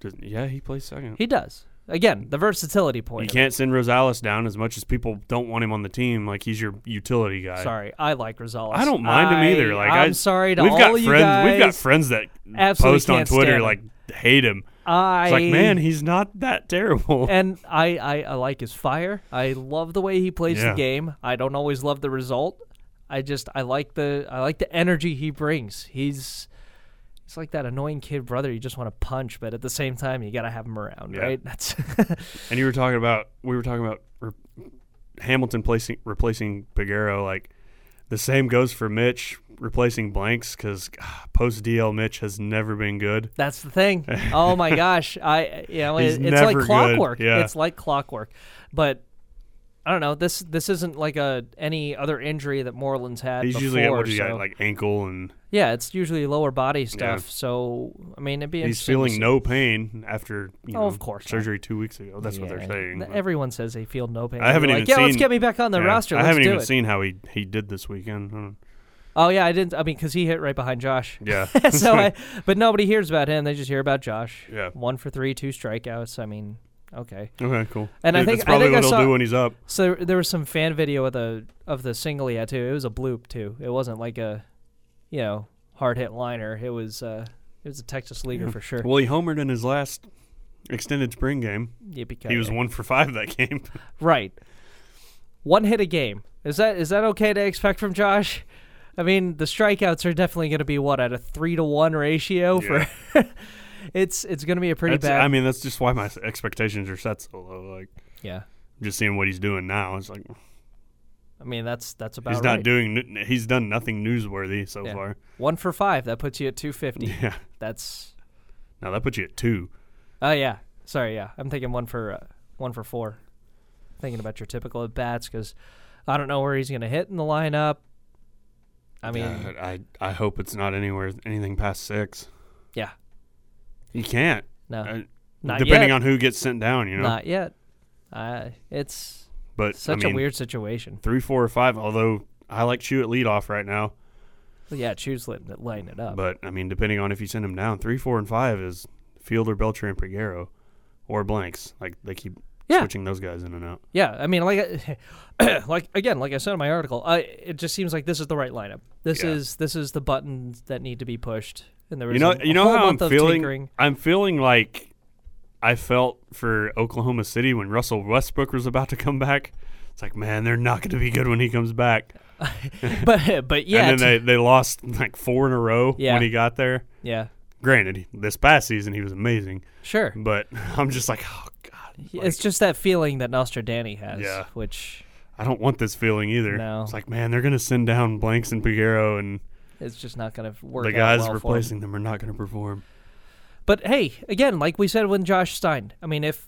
Speaker 5: Does- yeah, he plays second.
Speaker 2: he does. Again, the versatility point.
Speaker 5: you
Speaker 2: of it.
Speaker 5: can't send Rosales down as much as people don't want him on the team. Like he's your utility guy.
Speaker 2: Sorry, I like Rosales.
Speaker 5: I don't mind him either. Like
Speaker 2: I'm
Speaker 5: I,
Speaker 2: sorry to
Speaker 5: we've
Speaker 2: all
Speaker 5: got
Speaker 2: of
Speaker 5: friends.
Speaker 2: you guys.
Speaker 5: We've got friends that
Speaker 2: Absolutely
Speaker 5: post on
Speaker 2: can't
Speaker 5: Twitter
Speaker 2: stand
Speaker 5: like hate him.
Speaker 2: I
Speaker 5: It's like man, he's not that terrible.
Speaker 2: and I, I I like his fire. I love the way he plays
Speaker 5: Yeah.
Speaker 2: the game. I don't always love the result. I just I like the I like the energy he brings. He's he's like that annoying kid brother you just want to punch, but at the same time you gotta have him around,
Speaker 5: Yeah.
Speaker 2: right? That's
Speaker 5: And you were talking about we were talking about re- Hamilton placing replacing Pagero. Like the same goes for Mitch replacing Blanks because post DL Mitch has never been good.
Speaker 2: that's the thing. Oh my gosh, I you know
Speaker 5: He's
Speaker 2: it, it's like
Speaker 5: never good.
Speaker 2: clockwork.
Speaker 5: Yeah.
Speaker 2: It's like clockwork, but I don't know. This this isn't like a any other injury that Moreland's had.
Speaker 5: He's
Speaker 2: before,
Speaker 5: usually got what he
Speaker 2: so-
Speaker 5: got, like ankle, and
Speaker 2: yeah, it's usually lower body stuff. So I mean, it'd be
Speaker 5: he's
Speaker 2: interesting to
Speaker 5: feeling
Speaker 2: see.
Speaker 5: no pain after you
Speaker 2: Oh,
Speaker 5: know,
Speaker 2: of course not.
Speaker 5: surgery two weeks ago. That's what
Speaker 2: Yeah,
Speaker 5: they're saying.
Speaker 2: th-
Speaker 5: but-
Speaker 2: Everyone says they feel no pain.
Speaker 5: I
Speaker 2: They're
Speaker 5: haven't
Speaker 2: like,
Speaker 5: even
Speaker 2: yeah, let's
Speaker 5: seen-
Speaker 2: get me back on the
Speaker 5: Yeah.
Speaker 2: roster.
Speaker 5: I
Speaker 2: let's
Speaker 5: haven't
Speaker 2: do
Speaker 5: even
Speaker 2: it.
Speaker 5: seen how he he did this weekend. I don't-
Speaker 2: Oh yeah, I didn't. I mean, because he hit right behind Josh.
Speaker 5: Yeah,
Speaker 2: so I, but nobody hears about him. They just hear about Josh.
Speaker 5: Yeah.
Speaker 2: One for three, two strikeouts. I mean, okay.
Speaker 5: okay, cool.
Speaker 2: And I
Speaker 5: Dude,
Speaker 2: think-
Speaker 5: that's
Speaker 2: I
Speaker 5: probably
Speaker 2: think I
Speaker 5: what he'll
Speaker 2: saw-
Speaker 5: do when he's up.
Speaker 2: So there, there was some fan video of the of the single he had too. It was a bloop too. It wasn't like a, you know, hard hit liner. It was uh, it was a Texas leaguer for sure.
Speaker 5: Well, he homered in his last extended spring game.
Speaker 2: Yippee
Speaker 5: He was one for five that game.
Speaker 2: right. One hit a game. Is that is that okay to expect from Josh? I mean, the strikeouts are definitely going to be what at a three to one ratio
Speaker 5: Yeah.
Speaker 2: for. it's it's going to be a pretty
Speaker 5: That's-
Speaker 2: bad.
Speaker 5: I mean, that's just why my expectations are set so low. Like
Speaker 2: yeah.
Speaker 5: just seeing what he's doing now, it's like
Speaker 2: I mean, that's that's about
Speaker 5: he's
Speaker 2: right.
Speaker 5: not doing. He's done nothing newsworthy so
Speaker 2: Yeah.
Speaker 5: far.
Speaker 2: One for five. That puts you at 250.
Speaker 5: Yeah.
Speaker 2: That's.
Speaker 5: Now that puts you at two.
Speaker 2: Oh yeah. Sorry. Yeah. I'm thinking one for uh, one for four. Thinking about your typical at bats because I don't know where he's going to hit in the lineup. I mean,
Speaker 5: Uh, I I hope it's not anywhere anything past six.
Speaker 2: yeah.
Speaker 5: You can't.
Speaker 2: No.
Speaker 5: I-
Speaker 2: Uh, Not
Speaker 5: depending
Speaker 2: yet.
Speaker 5: on who gets sent down, you know.
Speaker 2: Not yet. Uh, it's
Speaker 5: but
Speaker 2: such
Speaker 5: I mean,
Speaker 2: a weird situation.
Speaker 5: three, four, or five. Although I like Chew at leadoff right now,
Speaker 2: But yeah, choose lit- lighten it up.
Speaker 5: but I mean, depending on if you send him down, three, four, and five is Fielder, Belcher, and Pregero, or blanks. Like they keep
Speaker 2: Yeah.
Speaker 5: switching those guys in and out.
Speaker 2: yeah, I mean, like, I- like again, like I said in my article, I, it just seems like this is the right lineup. This
Speaker 5: Yeah.
Speaker 2: is this is the buttons that need to be pushed. And there
Speaker 5: You know,
Speaker 2: isn't a
Speaker 5: you know
Speaker 2: whole
Speaker 5: how I'm
Speaker 2: month of
Speaker 5: feeling.
Speaker 2: tinkering.
Speaker 5: I'm feeling like I felt for Oklahoma City when Russell Westbrook was about to come back. It's like, man, they're not going to be good when he comes back.
Speaker 2: but but yeah,
Speaker 5: and then they, they lost like four in a row
Speaker 2: Yeah.
Speaker 5: when he got there.
Speaker 2: yeah,
Speaker 5: Granted, he- this past season he was amazing,
Speaker 2: sure.
Speaker 5: but I'm just like, oh god, like,
Speaker 2: it's just that feeling that Nostradani has,
Speaker 5: Yeah.
Speaker 2: which
Speaker 5: I don't want this feeling either.
Speaker 2: No.
Speaker 5: It's like, man, they're going to send down blanks and Piguero, and
Speaker 2: is just not going to work.
Speaker 5: the
Speaker 2: out
Speaker 5: guys
Speaker 2: well for him.
Speaker 5: replacing them are not going to perform.
Speaker 2: But hey, again, like we said when Josh Stein, I mean, if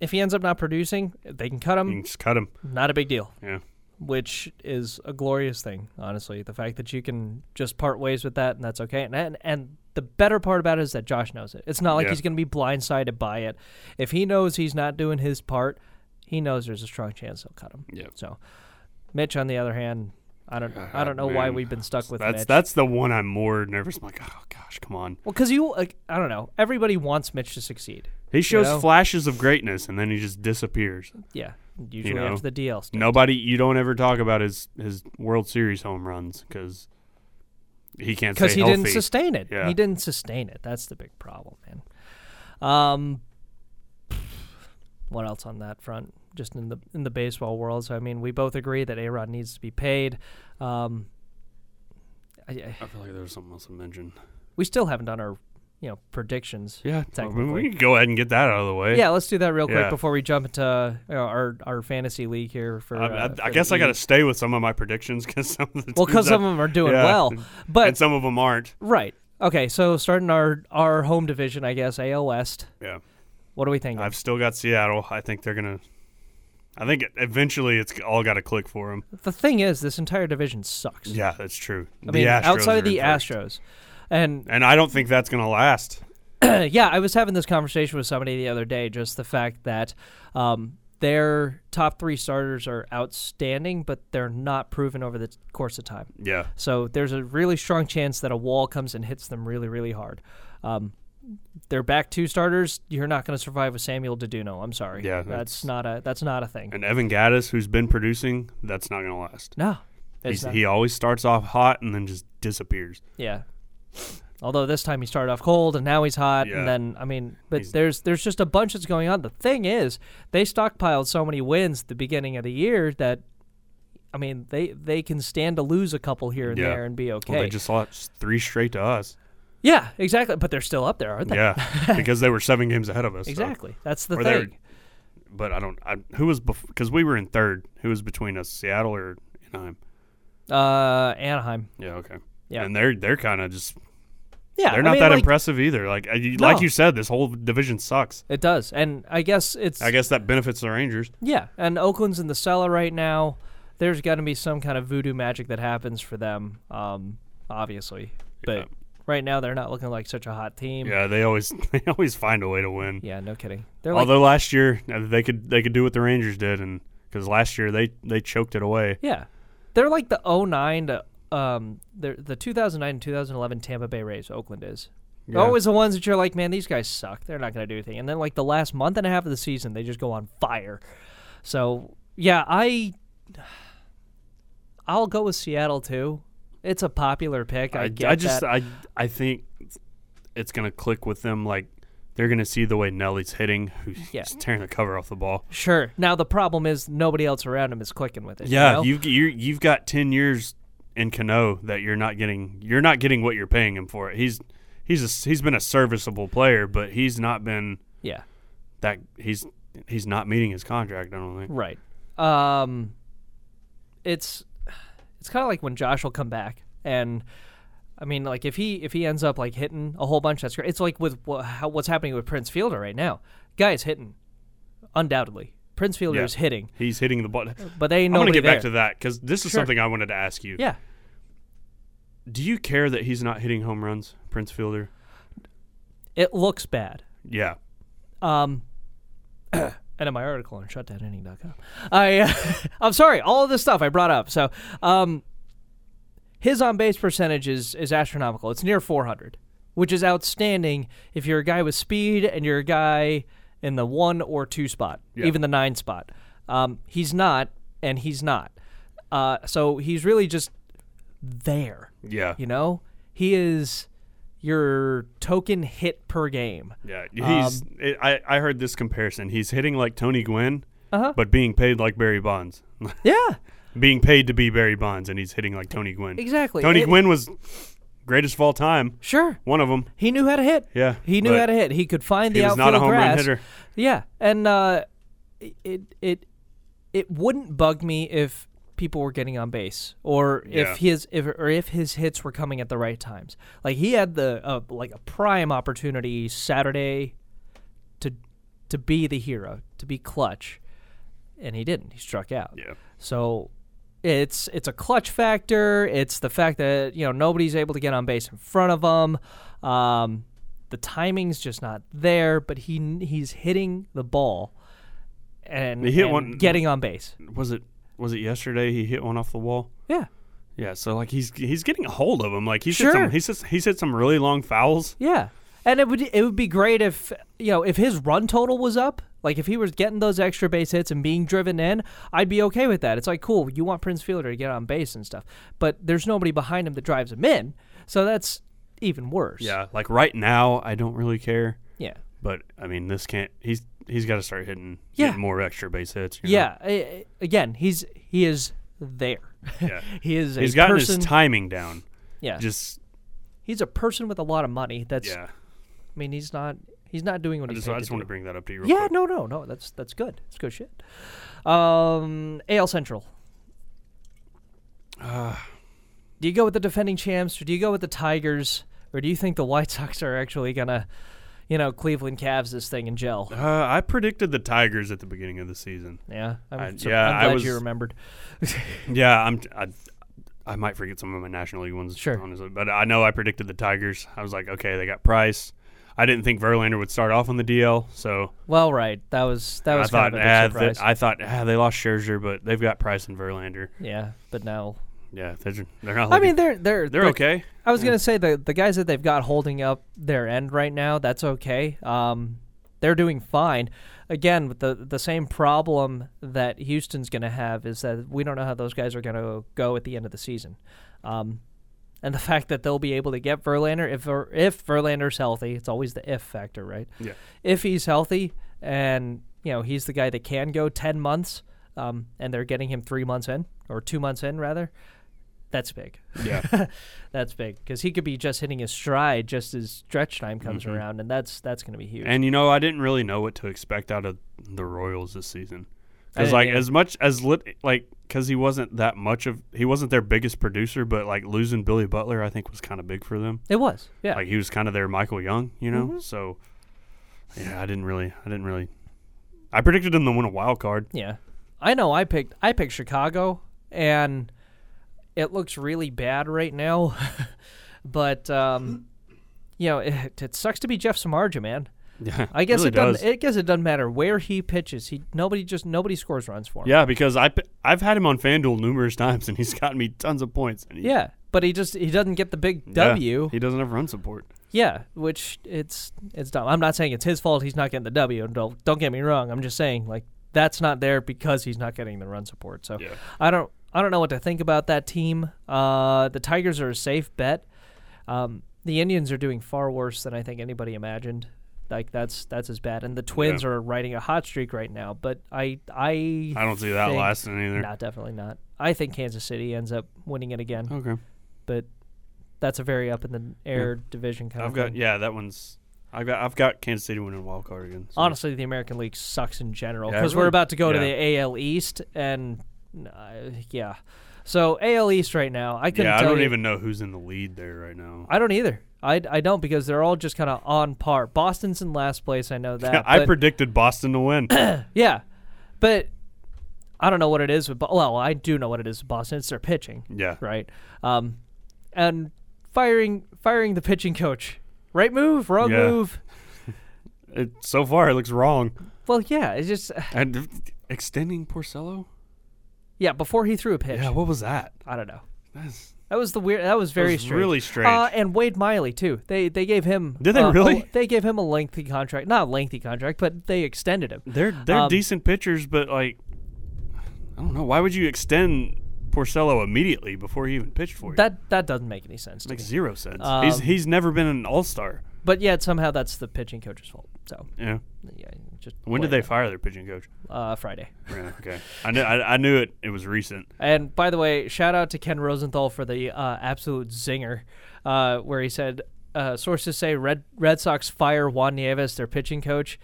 Speaker 2: if he ends up not producing, they can cut
Speaker 5: You
Speaker 2: him.
Speaker 5: can just cut them.
Speaker 2: Not a big deal,
Speaker 5: Yeah.
Speaker 2: which is a glorious thing, honestly. The fact that you can just part ways with that and that's okay. And and, and the better part about it is that Josh knows it. It's not like
Speaker 5: Yeah.
Speaker 2: he's going to be blindsided by it. If he knows he's not doing his part, he knows there's a strong chance they'll cut him.
Speaker 5: Yep.
Speaker 2: So, Mitch, on the other hand, I don't I don't know why
Speaker 5: Uh, man.
Speaker 2: we've been stuck with
Speaker 5: That's
Speaker 2: Mitch.
Speaker 5: that's the one I'm more nervous. I'm like, oh gosh, come on.
Speaker 2: Well, because you, like, I don't know. Everybody wants Mitch to succeed.
Speaker 5: He shows
Speaker 2: know?
Speaker 5: flashes of greatness and then he just disappears.
Speaker 2: Yeah, usually
Speaker 5: know?
Speaker 2: after the DL stuff.
Speaker 5: Nobody, you don't ever talk about his his World Series home runs because he can't stay
Speaker 2: because he
Speaker 5: healthy.
Speaker 2: didn't sustain it.
Speaker 5: Yeah.
Speaker 2: He didn't sustain it. That's the big problem, man. Um, what else on that front? Just in the in the baseball world. So I mean, we both agree that A Rod needs to be paid. Um, I, I,
Speaker 5: I feel like there was something else to mention.
Speaker 2: we still haven't done our, you know, predictions.
Speaker 5: Yeah,
Speaker 2: technically.
Speaker 5: we can go ahead and get that out of the way.
Speaker 2: Yeah, let's do that real quick
Speaker 5: Yeah.
Speaker 2: before we jump into you know, our our fantasy league here. For
Speaker 5: I, I,
Speaker 2: uh,
Speaker 5: I
Speaker 2: for the
Speaker 5: guess I got to
Speaker 2: East.
Speaker 5: stay with some of my predictions because some of the
Speaker 2: Well,
Speaker 5: teams
Speaker 2: because some
Speaker 5: I-
Speaker 2: of them are doing
Speaker 5: yeah.
Speaker 2: well,
Speaker 5: and
Speaker 2: but
Speaker 5: some of them aren't.
Speaker 2: right. Okay, so starting our our home division, I guess AL West.
Speaker 5: Yeah,
Speaker 2: What do we think?
Speaker 5: I've still got Seattle. I think they're gonna. I think eventually it's all got to click for them.
Speaker 2: The thing is, this entire division sucks.
Speaker 5: Yeah, that's true.
Speaker 2: I mean, outside of the
Speaker 5: Astros, are in first.
Speaker 2: Astros, and
Speaker 5: and I don't think that's gonna last.
Speaker 2: yeah, I was having this conversation with somebody the other day. Just the fact that um, their top three starters are outstanding, but they're not proven over the course of time.
Speaker 5: Yeah,
Speaker 2: So there's a really strong chance that a wall comes and hits them really, really hard. Um, their back two starters, you're not going to survive with Samuel Deduno. I'm sorry.
Speaker 5: Yeah,
Speaker 2: that's
Speaker 5: that's-
Speaker 2: not a that's not a thing.
Speaker 5: and Evan Gaddis, who's been producing, that's not gonna last.
Speaker 2: No, it's
Speaker 5: He's,
Speaker 2: not.
Speaker 5: he always starts off hot and then just disappears.
Speaker 2: Yeah. Although this time he started off cold and now he's hot
Speaker 5: Yeah.
Speaker 2: and then I mean but there's there's just a bunch that's going on. The thing is, they stockpiled so many wins at the beginning of the year that I mean they they can stand to lose a couple here and
Speaker 5: Yeah.
Speaker 2: there and be okay.
Speaker 5: Well, they just lost three straight to us.
Speaker 2: yeah, exactly. But they're still up there, aren't they?
Speaker 5: Yeah, because they were seven games ahead of us. so-
Speaker 2: Exactly. That's the
Speaker 5: Or they're-
Speaker 2: thing.
Speaker 5: But I don't. I, who was because we were in third. Who was between us, Seattle or Anaheim?
Speaker 2: Uh Anaheim.
Speaker 5: Yeah. Okay.
Speaker 2: Yeah.
Speaker 5: And they're they're kind of just
Speaker 2: Yeah,
Speaker 5: They're
Speaker 2: I
Speaker 5: not
Speaker 2: mean,
Speaker 5: that
Speaker 2: like,
Speaker 5: impressive either. Like uh, you- like
Speaker 2: No.
Speaker 5: you said, this whole division sucks.
Speaker 2: It does, and I guess it's
Speaker 5: I guess that benefits the Rangers.
Speaker 2: yeah. And Oakland's in the cellar right now. There's got to be some kind of voodoo magic that happens for them, um, obviously. But right now, they're not looking like such a hot team.
Speaker 5: Yeah, they always they always find a way to win.
Speaker 2: Yeah, no kidding. They're like,
Speaker 5: Although last year uh, they could they could do what the Rangers did, and because last year they they choked it away.
Speaker 2: yeah, they're like the 09 to um, they're the 2009 and 2011 Tampa Bay Rays. Oakland is. They're
Speaker 5: Yeah.
Speaker 2: Always the ones that you're like, man, these guys suck. They're not going to do anything. And then like the last month and a half of the season, they just go on fire. So yeah, I I'll go with Seattle too. It's a popular pick. I,
Speaker 5: I,
Speaker 2: get
Speaker 5: I just
Speaker 2: that.
Speaker 5: I I think it's gonna click with them. Like they're gonna see the way Nelly's hitting, who's
Speaker 2: Yeah.
Speaker 5: tearing the cover off the ball.
Speaker 2: sure. Now the problem is nobody else around him is clicking with it.
Speaker 5: Yeah,
Speaker 2: you know?
Speaker 5: you've you you've got ten years in Cano that you're not getting you're not getting what you're paying him for. He's he's a, he's been a serviceable player, but he's not been
Speaker 2: yeah.
Speaker 5: that he's he's not meeting his contract. I don't think.
Speaker 2: Right. Um it's it's kind of like when Josh will come back and I mean like if he if he ends up like hitting a whole bunch that's great. It's like with wha- how, what's happening with Prince Fielder right now. Guy is hitting undoubtedly. Prince Fielder
Speaker 5: Yeah.
Speaker 2: is hitting,
Speaker 5: He's hitting the ball.
Speaker 2: Uh, but they ain't
Speaker 5: I'm gonna
Speaker 2: nobody
Speaker 5: get back to
Speaker 2: there.
Speaker 5: that because this is
Speaker 2: Sure.
Speaker 5: something I wanted to ask you.
Speaker 2: Yeah.
Speaker 5: Do you care that he's not hitting home runs, Prince Fielder?
Speaker 2: It looks bad.
Speaker 5: Yeah.
Speaker 2: Um, and in my article on shutdownending.com, I uh, I'm sorry, all of this stuff I brought up. So, um, his on base percentage is is astronomical. It's near 400, which is outstanding if you're a guy with speed and you're a guy in the one or two spot, even the nine spot. Um, he's not, and he's not. Uh, so he's really just there.
Speaker 5: Yeah.
Speaker 2: You know, he is your token hit per game.
Speaker 5: Yeah, he's.
Speaker 2: um,
Speaker 5: it, I I heard this comparison. He's hitting like Tony Gwynn,
Speaker 2: Uh-huh.
Speaker 5: but being paid like Barry Bonds,
Speaker 2: Yeah.
Speaker 5: being paid to be Barry Bonds, and he's hitting like Tony Gwynn.
Speaker 2: Exactly.
Speaker 5: Tony
Speaker 2: It-
Speaker 5: Gwynn was greatest of all time.
Speaker 2: Sure.
Speaker 5: One of them.
Speaker 2: He knew how to hit.
Speaker 5: Yeah,
Speaker 2: He knew
Speaker 5: but
Speaker 2: how to hit. He could find the
Speaker 5: he was
Speaker 2: outfield
Speaker 5: not a home run
Speaker 2: grass.
Speaker 5: hitter.
Speaker 2: Yeah. And uh, it it it wouldn't bug me if people were getting on base or
Speaker 5: Yeah.
Speaker 2: if his if or if his hits were coming at the right times. Like he had the uh, like a prime opportunity Saturday to to be the hero, to be clutch. And he didn't. He struck out.
Speaker 5: Yeah.
Speaker 2: So it's it's a clutch factor. It's the fact that you know nobody's able to get on base in front of him. Um, the timing's just not there, but he he's hitting the ball and,
Speaker 5: He hit
Speaker 2: and
Speaker 5: one-
Speaker 2: getting on base.
Speaker 5: Was it was it yesterday? He hit one off the wall.
Speaker 2: Yeah,
Speaker 5: Yeah, so like he's he's getting a hold of him. Like he's
Speaker 2: Sure.
Speaker 5: hit some, he's just, he's hit some really long fouls.
Speaker 2: yeah. And it would it would be great if you know if his run total was up. Like if he was getting those extra base hits and being driven in, I'd be okay with that. It's like cool, you want Prince Fielder to get on base and stuff, but there's nobody behind him that drives him in, so that's even worse.
Speaker 5: Yeah, like right now I don't really care,
Speaker 2: yeah.
Speaker 5: but I mean this can't. He's he's got to start hitting
Speaker 2: Yeah.
Speaker 5: getting more extra base hits. you know?
Speaker 2: Yeah. a- a- Again, he's he is there.
Speaker 5: Yeah.
Speaker 2: he is a
Speaker 5: he's gotten
Speaker 2: person.
Speaker 5: his timing down.
Speaker 2: yeah.
Speaker 5: Just
Speaker 2: he's a person with a lot of money. That's.
Speaker 5: yeah.
Speaker 2: I mean, he's not. He's not doing what
Speaker 5: I
Speaker 2: he's.
Speaker 5: just,
Speaker 2: paid
Speaker 5: I just
Speaker 2: to
Speaker 5: want to
Speaker 2: do.
Speaker 5: bring that up to you. Real
Speaker 2: Yeah.
Speaker 5: quick.
Speaker 2: No. No. No. That's that's good. That's good shit. Um. AL Central.
Speaker 5: Ah.
Speaker 2: do you go with the defending champs, or do you go with the Tigers, or do you think the White Sox are actually gonna, you know, Cleveland Cavs this thing and gel?
Speaker 5: Uh, I predicted the Tigers at the beginning of the season.
Speaker 2: Yeah. I'm,
Speaker 5: I-
Speaker 2: so-
Speaker 5: yeah,
Speaker 2: I'm
Speaker 5: I
Speaker 2: glad
Speaker 5: was-
Speaker 2: you remembered.
Speaker 5: Yeah, I'm. I, I might forget some of my National League ones,
Speaker 2: Sure.
Speaker 5: honestly. But I know I predicted the Tigers. I was like, okay, they got Price. I didn't think Verlander would start off on the DL, so
Speaker 2: Well, right. That was that
Speaker 5: I
Speaker 2: was
Speaker 5: thought,
Speaker 2: kind of a big
Speaker 5: ah,
Speaker 2: surprise.
Speaker 5: th- I thought, ah, they lost Scherzer, but they've got Price and Verlander.
Speaker 2: Yeah, but now
Speaker 5: Yeah, they're, ju- they're not.
Speaker 2: I mean
Speaker 5: looking-
Speaker 2: they're they're
Speaker 5: they're, okay.
Speaker 2: I was gonna say the the guys that they've got holding up their end right now, that's okay. Um, they're doing fine. Again, with the the same problem that Houston's gonna have is that we don't know how those guys are gonna go at the end of the season. Um, and the fact that they'll be able to get Verlander if Ver- if Verlander's healthy, it's always the if factor, right?
Speaker 5: Yeah.
Speaker 2: If he's healthy and you know he's the guy that can go ten months, um, and they're getting him three months in or two months in rather, that's big.
Speaker 5: Yeah,
Speaker 2: That's big because he could be just hitting his stride just as stretch time comes around, and that's that's going to be huge.
Speaker 5: Mm-hmm. and you know, I didn't really know what to expect out of the Royals this season.
Speaker 2: I
Speaker 5: Because
Speaker 2: didn't
Speaker 5: like
Speaker 2: either.
Speaker 5: as much as lit, like because he wasn't that much of he wasn't their biggest producer, but like losing Billy Butler, I think was kind of big for them.
Speaker 2: It was. Yeah.
Speaker 5: Like he was kind of their Michael Young, you know.
Speaker 2: Mm-hmm.
Speaker 5: So yeah, I didn't really, I didn't really. I predicted them to win a wild card.
Speaker 2: Yeah. I know I picked I picked Chicago and it looks really bad right now. but um you know, it, it sucks to be Jeff Samarja, man. I guess
Speaker 5: really
Speaker 2: it doesn't
Speaker 5: does.
Speaker 2: I guess it doesn't matter where he pitches. He nobody just nobody scores runs for him.
Speaker 5: Yeah, because I p- I've had him on FanDuel numerous times, and he's gotten me tons of points. And he,
Speaker 2: Yeah, But he just he doesn't get the big
Speaker 5: yeah,
Speaker 2: W.
Speaker 5: He doesn't have run support.
Speaker 2: Yeah, which it's it's dumb. I'm not saying it's his fault he's not getting the W. Don't don't get me wrong. I'm just saying like that's not there because he's not getting the run support. So I don't I don't know what to think about that team. Uh, the Tigers are a safe bet. Um, the Indians are doing far worse than I think anybody imagined. Like that's that's as bad. And the Twins are riding a hot streak right now. But I I
Speaker 5: I don't see that
Speaker 2: think-
Speaker 5: lasting either.
Speaker 2: Not definitely not. I think Kansas City ends up winning it again.
Speaker 5: Okay,
Speaker 2: But that's a very up in the air division kind
Speaker 5: I've
Speaker 2: of.
Speaker 5: got
Speaker 2: thing.
Speaker 5: yeah, that one's I've got I've got Kansas City winning a wild card again. so-
Speaker 2: honestly, the American League sucks in general
Speaker 5: Yeah, it
Speaker 2: because we're
Speaker 5: really-
Speaker 2: about to go to
Speaker 5: yeah.
Speaker 2: the AL East, and uh, yeah, so AL East right now, I couldn't.
Speaker 5: yeah, I
Speaker 2: tell
Speaker 5: don't
Speaker 2: you-
Speaker 5: even know who's in the lead there right now.
Speaker 2: I don't either. I, I don't because they're all just kind of on par. Boston's in last place. I know that.
Speaker 5: I
Speaker 2: but-
Speaker 5: predicted Boston to win.
Speaker 2: Yeah, but I don't know what it is with. Bo- Well, I do know what it is with Boston. It's their pitching.
Speaker 5: Yeah.
Speaker 2: Right. Um, and firing firing the pitching coach. Right move, wrong
Speaker 5: Yeah.
Speaker 2: move.
Speaker 5: It, so far, it looks wrong.
Speaker 2: Well, yeah, it's just
Speaker 5: And extending Porcello.
Speaker 2: yeah. Before he threw a pitch,
Speaker 5: Yeah, what was that?
Speaker 2: I don't know.
Speaker 5: That's,
Speaker 2: That was the weird. That was very
Speaker 5: was
Speaker 2: strange.
Speaker 5: really strange.
Speaker 2: Uh, and Wade Miley too. They they gave him.
Speaker 5: Did they
Speaker 2: uh,
Speaker 5: really?
Speaker 2: a- they gave him a lengthy contract. Not a lengthy contract, but they extended him.
Speaker 5: they're they're
Speaker 2: Um,
Speaker 5: decent pitchers, but like, I don't know. Why would you extend Porcello immediately before he even pitched for you?
Speaker 2: That that doesn't make any sense. To
Speaker 5: makes
Speaker 2: me.
Speaker 5: zero sense. he's
Speaker 2: Um,
Speaker 5: he's never been an all star.
Speaker 2: But yet somehow that's the pitching coach's fault. So
Speaker 5: Yeah.
Speaker 2: yeah, just
Speaker 5: When did
Speaker 2: blame
Speaker 5: they fire their pitching coach?
Speaker 2: them. Uh, Friday.
Speaker 5: Yeah, okay, I knew I, I knew it. It was recent.
Speaker 2: And by the way, shout out to Ken Rosenthal for the uh, absolute zinger, uh, where he said uh, sources say Red Red Sox fire Juan Nieves, their pitching coach,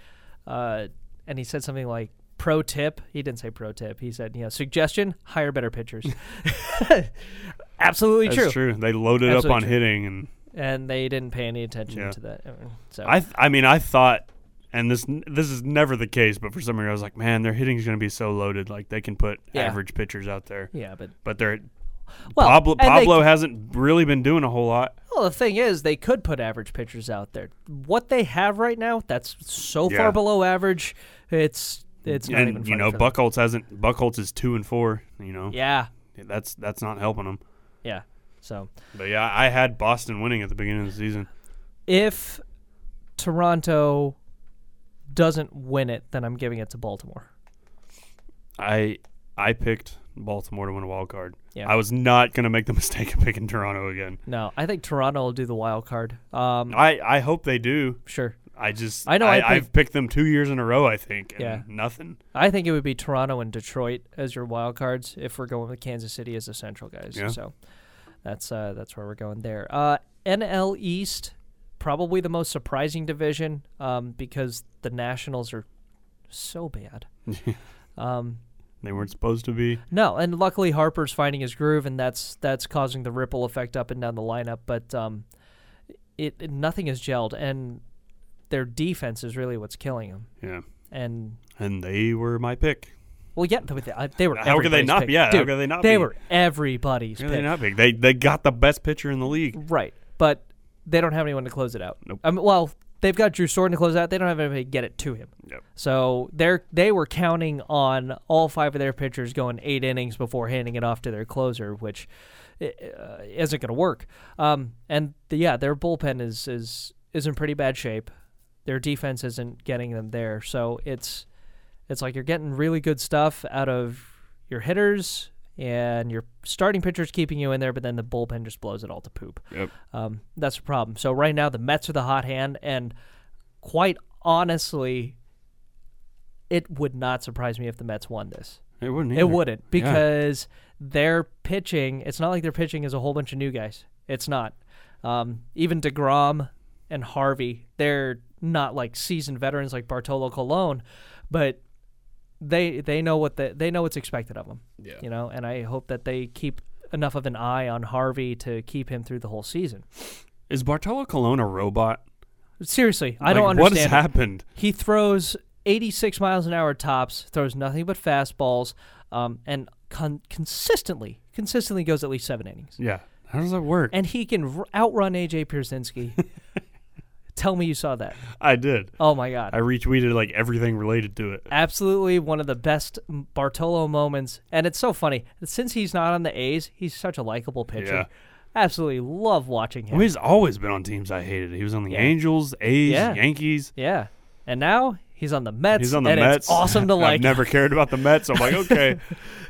Speaker 2: uh, and he said something like pro tip. He didn't say pro tip. He said, you know, suggestion: hire better pitchers. Absolutely
Speaker 5: That's
Speaker 2: true.
Speaker 5: true. They loaded
Speaker 2: Absolutely
Speaker 5: up on
Speaker 2: true.
Speaker 5: hitting, and
Speaker 2: And they didn't pay any attention
Speaker 5: Yeah.
Speaker 2: to that. So
Speaker 5: I th- I mean I thought, and this n- this is never the case, but for some reason I was like, man, their hitting's going to be so loaded. Like they can put
Speaker 2: Yeah.
Speaker 5: average pitchers out there.
Speaker 2: yeah, but
Speaker 5: But they're
Speaker 2: well,
Speaker 5: Pablo
Speaker 2: and they-
Speaker 5: Pablo hasn't really been doing a whole lot.
Speaker 2: Well, the thing is, they could put average pitchers out there. What they have right now, that's so
Speaker 5: Yeah.
Speaker 2: far below average. It's it's not even
Speaker 5: and you
Speaker 2: funny
Speaker 5: know
Speaker 2: for them.
Speaker 5: Buckholz hasn't. Buckholz is two and four. You know
Speaker 2: Yeah,
Speaker 5: that's that's not helping them.
Speaker 2: yeah. So
Speaker 5: But yeah, I had Boston winning at the beginning of the season.
Speaker 2: if Toronto doesn't win it, then I'm giving it to Baltimore.
Speaker 5: I I picked Baltimore to win a wild card.
Speaker 2: Yeah.
Speaker 5: I was not gonna make the mistake of picking Toronto again.
Speaker 2: No, I think Toronto will do the wild card. Um,
Speaker 5: I, I hope they do.
Speaker 2: sure.
Speaker 5: I just
Speaker 2: I know I
Speaker 5: I,
Speaker 2: picked-
Speaker 5: have picked them two years in a row. I think. And
Speaker 2: Yeah.
Speaker 5: Nothing.
Speaker 2: I think it would be Toronto and Detroit as your wild cards if we're going with Kansas City as the central guys.
Speaker 5: Yeah.
Speaker 2: So that's uh, that's where we're going there. Uh, NL East probably the most surprising division um, because the Nationals are so bad. um,
Speaker 5: They weren't supposed to be.
Speaker 2: no, and luckily Harper's finding his groove, and that's that's causing the ripple effect up and down the lineup. But um, it, it nothing has gelled, and their defense is really what's killing them.
Speaker 5: Yeah.
Speaker 2: And
Speaker 5: And they were my pick.
Speaker 2: Well, yeah, they, uh, they were.
Speaker 5: How could they
Speaker 2: everybody's
Speaker 5: not
Speaker 2: pick.
Speaker 5: be- yeah, how
Speaker 2: Dude,
Speaker 5: could they not
Speaker 2: They
Speaker 5: be?
Speaker 2: were everybody's
Speaker 5: Yeah,
Speaker 2: pick.
Speaker 5: They're not big. They they got the best pitcher in the league.
Speaker 2: Right, but they don't have anyone to close it out.
Speaker 5: Nope.
Speaker 2: I mean, well, they've got Drew Storen to close it out. They don't have anybody to get it to him.
Speaker 5: Yep.
Speaker 2: So they're they were counting on all five of their pitchers going eight innings before handing it off to their closer, which uh, isn't going to work. Um, and the, yeah, their bullpen is is is in pretty bad shape. Their defense isn't getting them there. So it's it's like you're getting really good stuff out of your hitters and your starting pitchers keeping you in there, but then the bullpen just blows it all to poop.
Speaker 5: Yep.
Speaker 2: Um, that's the problem. So right now the Mets are the hot hand, and quite honestly, it would not surprise me if the Mets won this.
Speaker 5: It wouldn't.
Speaker 2: It
Speaker 5: either.
Speaker 2: wouldn't because their pitching. It's not like their pitching is a whole bunch of new guys. It's not. Um, even Degrom and Harvey, they're not like seasoned veterans like Bartolo Colon, but they they know what the, they know what's expected of them.
Speaker 6: Yeah.
Speaker 2: You know, and I hope that they keep enough of an eye on Harvey to keep him through the whole season.
Speaker 5: Is Bartolo Colon a robot?
Speaker 2: Seriously, I
Speaker 5: Like,
Speaker 2: don't understand.
Speaker 5: What has
Speaker 2: it.
Speaker 5: happened?
Speaker 2: He throws 86 miles an hour tops, throws nothing but fastballs, um, and con- consistently, consistently goes at least seven innings.
Speaker 5: Yeah. How does that work?
Speaker 2: And he can r- outrun AJ Pierzynski. Tell me you saw that.
Speaker 5: I did.
Speaker 2: Oh my God.
Speaker 5: I retweeted like everything related to it.
Speaker 2: Absolutely one of the best Bartolo moments. And it's so funny. Since he's not on the A's, he's such a likable pitcher.
Speaker 5: Yeah.
Speaker 2: Absolutely love watching
Speaker 5: I
Speaker 2: him.
Speaker 5: mean, he's always been on teams I hated. He was on the Angels, A's,
Speaker 2: Yeah.
Speaker 5: Yankees.
Speaker 2: yeah. And now he's on the Mets.
Speaker 5: He's on the
Speaker 2: and
Speaker 5: Mets.
Speaker 2: It's awesome to like.
Speaker 5: I've never cared about the Mets. I'm like, okay,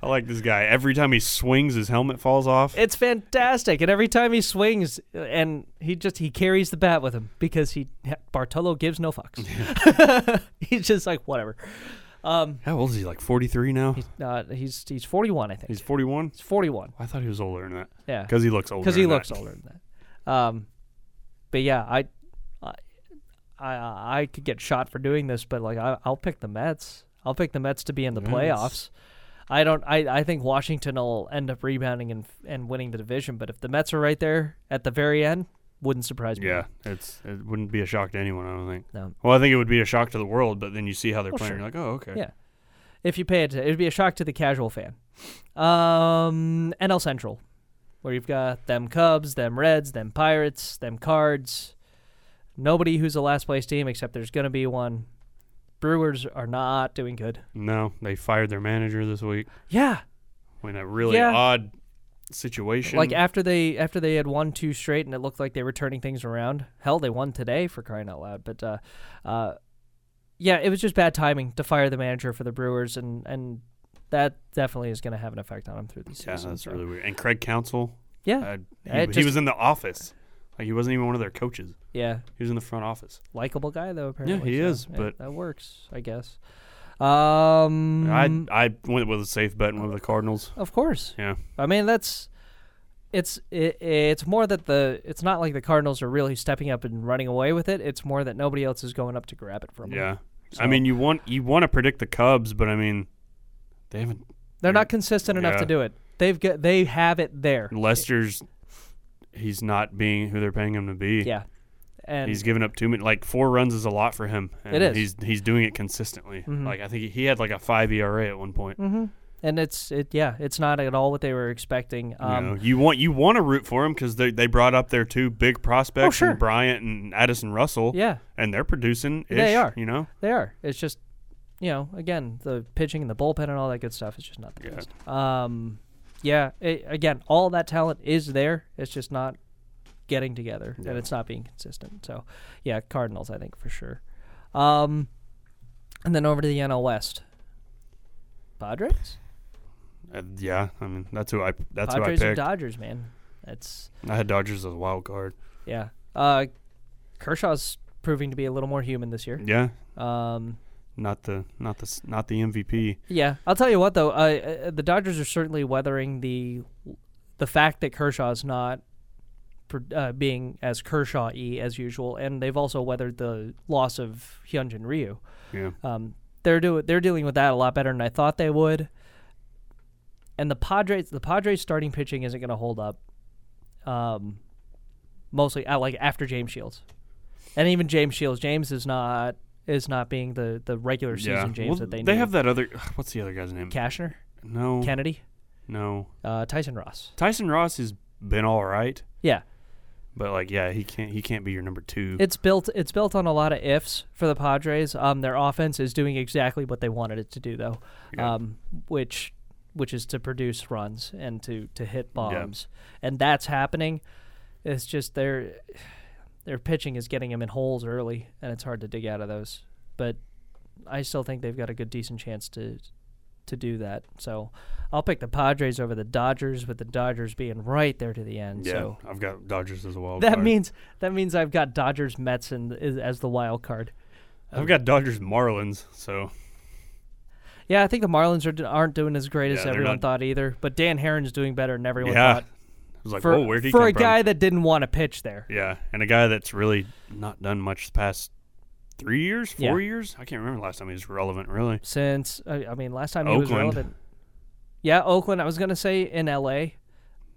Speaker 5: I like this guy. Every time he swings, his helmet falls off.
Speaker 2: It's fantastic, and every time he swings, uh, and he just he carries the bat with him because he Bartolo gives no fucks. he's just like whatever.
Speaker 5: How old is he? Like 43 now.
Speaker 2: Uh, he's he's 41, I think.
Speaker 5: He's
Speaker 2: He's
Speaker 5: 41.
Speaker 2: 41
Speaker 5: I thought he was older than that.
Speaker 2: Yeah.
Speaker 5: because he looks older.
Speaker 2: because he
Speaker 5: than that.
Speaker 2: looks older than that. Um, but yeah, I, I, I, I could get shot for doing this, but like I, I'll pick the Mets. I'll pick the Mets to be in the playoffs. I don't. I, I think Washington will end up rebounding and and winning the division. But if the Mets are right there at the very end, wouldn't surprise me.
Speaker 5: Yeah, it's it wouldn't be a shock to anyone. I don't think.
Speaker 2: No.
Speaker 5: Well, I think it would be a shock to the world, but then you see how they're playing, you're like, oh, okay.
Speaker 2: Yeah. If you pay it, it would be a shock to the casual fan. Um, NL Central, where you've got them Cubs, them Reds, them Pirates, them Cards. Nobody who's a last place team, except there's going to be one. Brewers are not doing good.
Speaker 5: No, they fired their manager this week
Speaker 2: Yeah,
Speaker 5: in a really
Speaker 2: Yeah.
Speaker 5: odd situation.
Speaker 2: like after they after they had won two straight, and it looked like they were turning things around. Hell, they won today for crying out loud. But uh, uh, yeah, it was just bad timing to fire the manager for the Brewers, and and that definitely is going to have an effect on them through the
Speaker 5: yeah,
Speaker 2: season.
Speaker 5: that's
Speaker 2: so.
Speaker 5: really weird. And Craig Council,
Speaker 2: Yeah.
Speaker 5: uh, he,
Speaker 2: It
Speaker 5: he
Speaker 2: just-
Speaker 5: was in the office. Like he wasn't even one of their coaches.
Speaker 2: yeah.
Speaker 5: He was in the front office.
Speaker 2: Likeable guy though apparently.
Speaker 5: he
Speaker 2: so,
Speaker 5: is,
Speaker 2: yeah,
Speaker 5: but-
Speaker 2: that works, I guess. Um
Speaker 5: I I went with a safe bet and went with the Cardinals.
Speaker 2: of course.
Speaker 5: Yeah,
Speaker 2: I mean that's it's it, it's more that the it's not like the Cardinals are really stepping up and running away with it. It's more that nobody else is going up to grab it from them.
Speaker 5: yeah. I mean, you want you want to predict the Cubs, but I mean, they haven't.
Speaker 2: They're not consistent enough
Speaker 5: Yeah.
Speaker 2: to do it. They've got they have it there.
Speaker 5: Lester's he's not being who they're paying him to be.
Speaker 2: Yeah. And
Speaker 5: He's given up too many. Like four runs is a lot for him. And
Speaker 2: It is. Mm-hmm.
Speaker 5: He's he's doing it consistently. Like I think he- he had like a five ERA at one point.
Speaker 2: and it's it yeah, it's not at all what they were expecting.
Speaker 5: You,
Speaker 2: Um
Speaker 5: know, you want you want to root for him because they they brought up their two big prospects,
Speaker 2: Oh, sure.
Speaker 5: in Bryant and Addison Russell.
Speaker 2: Yeah.
Speaker 5: and they're producing.
Speaker 2: They are.
Speaker 5: You know,
Speaker 2: They are. It's just, you know, again, the pitching and the bullpen and all that good stuff is just not the best. Um, yeah. It, again, all that talent is there. It's just not getting together and it's not being consistent. So, yeah, Cardinals, I think for sure. Um, and then over to the NL West. Padres,
Speaker 5: Uh, yeah. I mean, that's who I that's
Speaker 2: Padres
Speaker 5: who I
Speaker 2: and
Speaker 5: picked.
Speaker 2: Dodgers, man. That's
Speaker 5: I had Dodgers as a wild card.
Speaker 2: yeah. Uh, Kershaw's proving to be a little more human this year.
Speaker 5: Yeah,
Speaker 2: Um,
Speaker 5: not the not the s- not the MVP.
Speaker 2: Yeah, I'll tell you what though, uh, uh, the Dodgers are certainly weathering the the fact that Kershaw's not pr- uh, being as Kershaw-y as usual, and they've also weathered the loss of Hyunjin Ryu.
Speaker 5: Yeah,
Speaker 2: Um, they're do- they're dealing with that a lot better than I thought they would. And the Padres, the Padres starting pitching isn't going to hold up. Um, mostly uh, like after James Shields, and even James Shields, James is not is not being the the regular season
Speaker 5: yeah.
Speaker 2: James
Speaker 5: Well,
Speaker 2: that they
Speaker 5: they
Speaker 2: need.
Speaker 5: have that other. What's the other guy's name?
Speaker 2: Cashner.
Speaker 5: no,
Speaker 2: Kennedy,
Speaker 5: no.
Speaker 2: uh, Tyson Ross.
Speaker 5: Tyson Ross has been all right,
Speaker 2: Yeah,
Speaker 5: but like, yeah, he can't he can't be your number two.
Speaker 2: it's built. It's built on a lot of ifs for the Padres. Um, their offense is doing exactly what they wanted it to do, though, um, which which is to produce runs and to to hit bombs, and that's happening. It's just their their pitching is getting them in holes early, and it's hard to dig out of those. But I still think they've got a good decent chance to to do that. So I'll pick the Padres over the Dodgers, with the Dodgers being right there to the end.
Speaker 5: yeah,
Speaker 2: So
Speaker 5: I've got Dodgers as a wild
Speaker 2: That
Speaker 5: card.
Speaker 2: means that means I've got Dodgers Mets in, is, as the wild card.
Speaker 5: I've got Dodgers Marlins. So
Speaker 2: Yeah, I think the Marlins are, d- aren't doing as great as
Speaker 5: they're
Speaker 2: everyone
Speaker 5: not-
Speaker 2: thought either. But Dan Heron's doing better than everyone
Speaker 5: yeah,
Speaker 2: thought.
Speaker 5: I was like,
Speaker 2: For,
Speaker 5: whoa, where did he
Speaker 2: for
Speaker 5: come
Speaker 2: a guy
Speaker 5: from?
Speaker 2: that didn't want to pitch there.
Speaker 5: Yeah, and a guy that's really not done much the past three years,
Speaker 2: Yeah.
Speaker 5: four years. I can't remember the last time he was relevant. Really,
Speaker 2: since I, I mean last time he was
Speaker 5: Oakland.
Speaker 2: relevant. Yeah, Oakland. I was gonna say in L.A.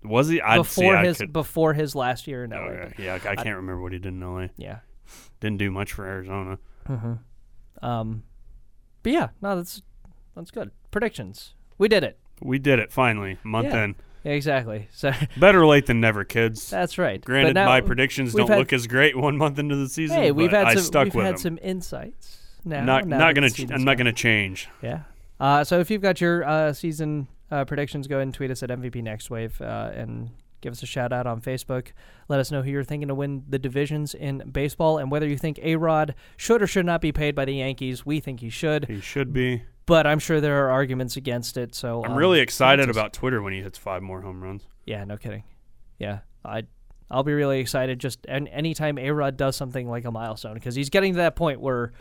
Speaker 5: was he? I'd
Speaker 2: before
Speaker 5: see,
Speaker 2: his
Speaker 5: I could,
Speaker 2: before his last year in L.A.
Speaker 5: okay.
Speaker 2: but-
Speaker 5: Yeah, I can't remember what he did in L.A.
Speaker 2: yeah.
Speaker 5: Didn't do much for Arizona.
Speaker 2: Um, but yeah, no, that's that's good. Predictions. We did it.
Speaker 5: We did it finally. Month
Speaker 2: Yeah.
Speaker 5: in.
Speaker 2: Yeah, exactly. So
Speaker 5: Better late than never, kids.
Speaker 2: that's right. But
Speaker 5: Granted,
Speaker 2: now
Speaker 5: my predictions
Speaker 2: we've
Speaker 5: don't
Speaker 2: had-
Speaker 5: look as great one month into the season.
Speaker 2: Hey, we've
Speaker 5: but
Speaker 2: had
Speaker 5: I
Speaker 2: some.
Speaker 5: stuck
Speaker 2: we've
Speaker 5: with
Speaker 2: had
Speaker 5: them.
Speaker 2: some insights. Now,
Speaker 5: Not
Speaker 2: now
Speaker 5: not
Speaker 2: that
Speaker 5: gonna.
Speaker 2: the season's
Speaker 5: I'm
Speaker 2: done.
Speaker 5: not gonna change.
Speaker 2: Yeah. Uh, so if you've got your uh, season uh, predictions, go ahead and tweet us at MVP Next Wave uh, and give us a shout out on Facebook. Let us know who you're thinking to win the divisions in baseball and whether you think A Rod should or should not be paid by the Yankees. We think he should,
Speaker 5: He should be.
Speaker 2: but I'm sure there are arguments against it. So
Speaker 5: I'm
Speaker 2: um,
Speaker 5: really excited about Twitter when he hits five more home runs.
Speaker 2: Yeah, no kidding. Yeah, I. I'll be really excited just an, anytime A Rod does something like a milestone because he's getting to that point where,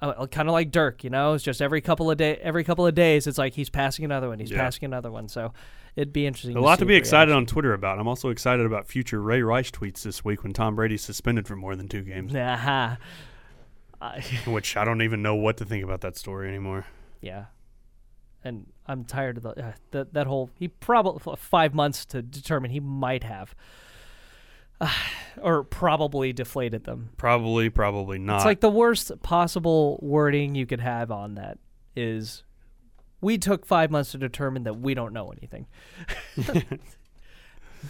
Speaker 2: uh, kind of like Dirk, you know, it's just every couple of day, every couple of days, it's like he's passing another one, he's
Speaker 5: Yeah.
Speaker 2: passing another one. So it'd be interesting.
Speaker 5: A lot
Speaker 2: see
Speaker 5: to be
Speaker 2: the
Speaker 5: excited on Twitter about. I'm also excited about future Ray Rice tweets this week when Tom Brady's suspended for more than two games,
Speaker 2: reaction. Nah, I-
Speaker 5: which I don't even know what to think about that story anymore.
Speaker 2: yeah, and I'm tired of the, uh, that that whole. He probably five months to determine he might have, or probably deflated them.
Speaker 5: Probably, probably not.
Speaker 2: It's like the worst possible wording you could have on that is we took five months to determine that we don't know anything.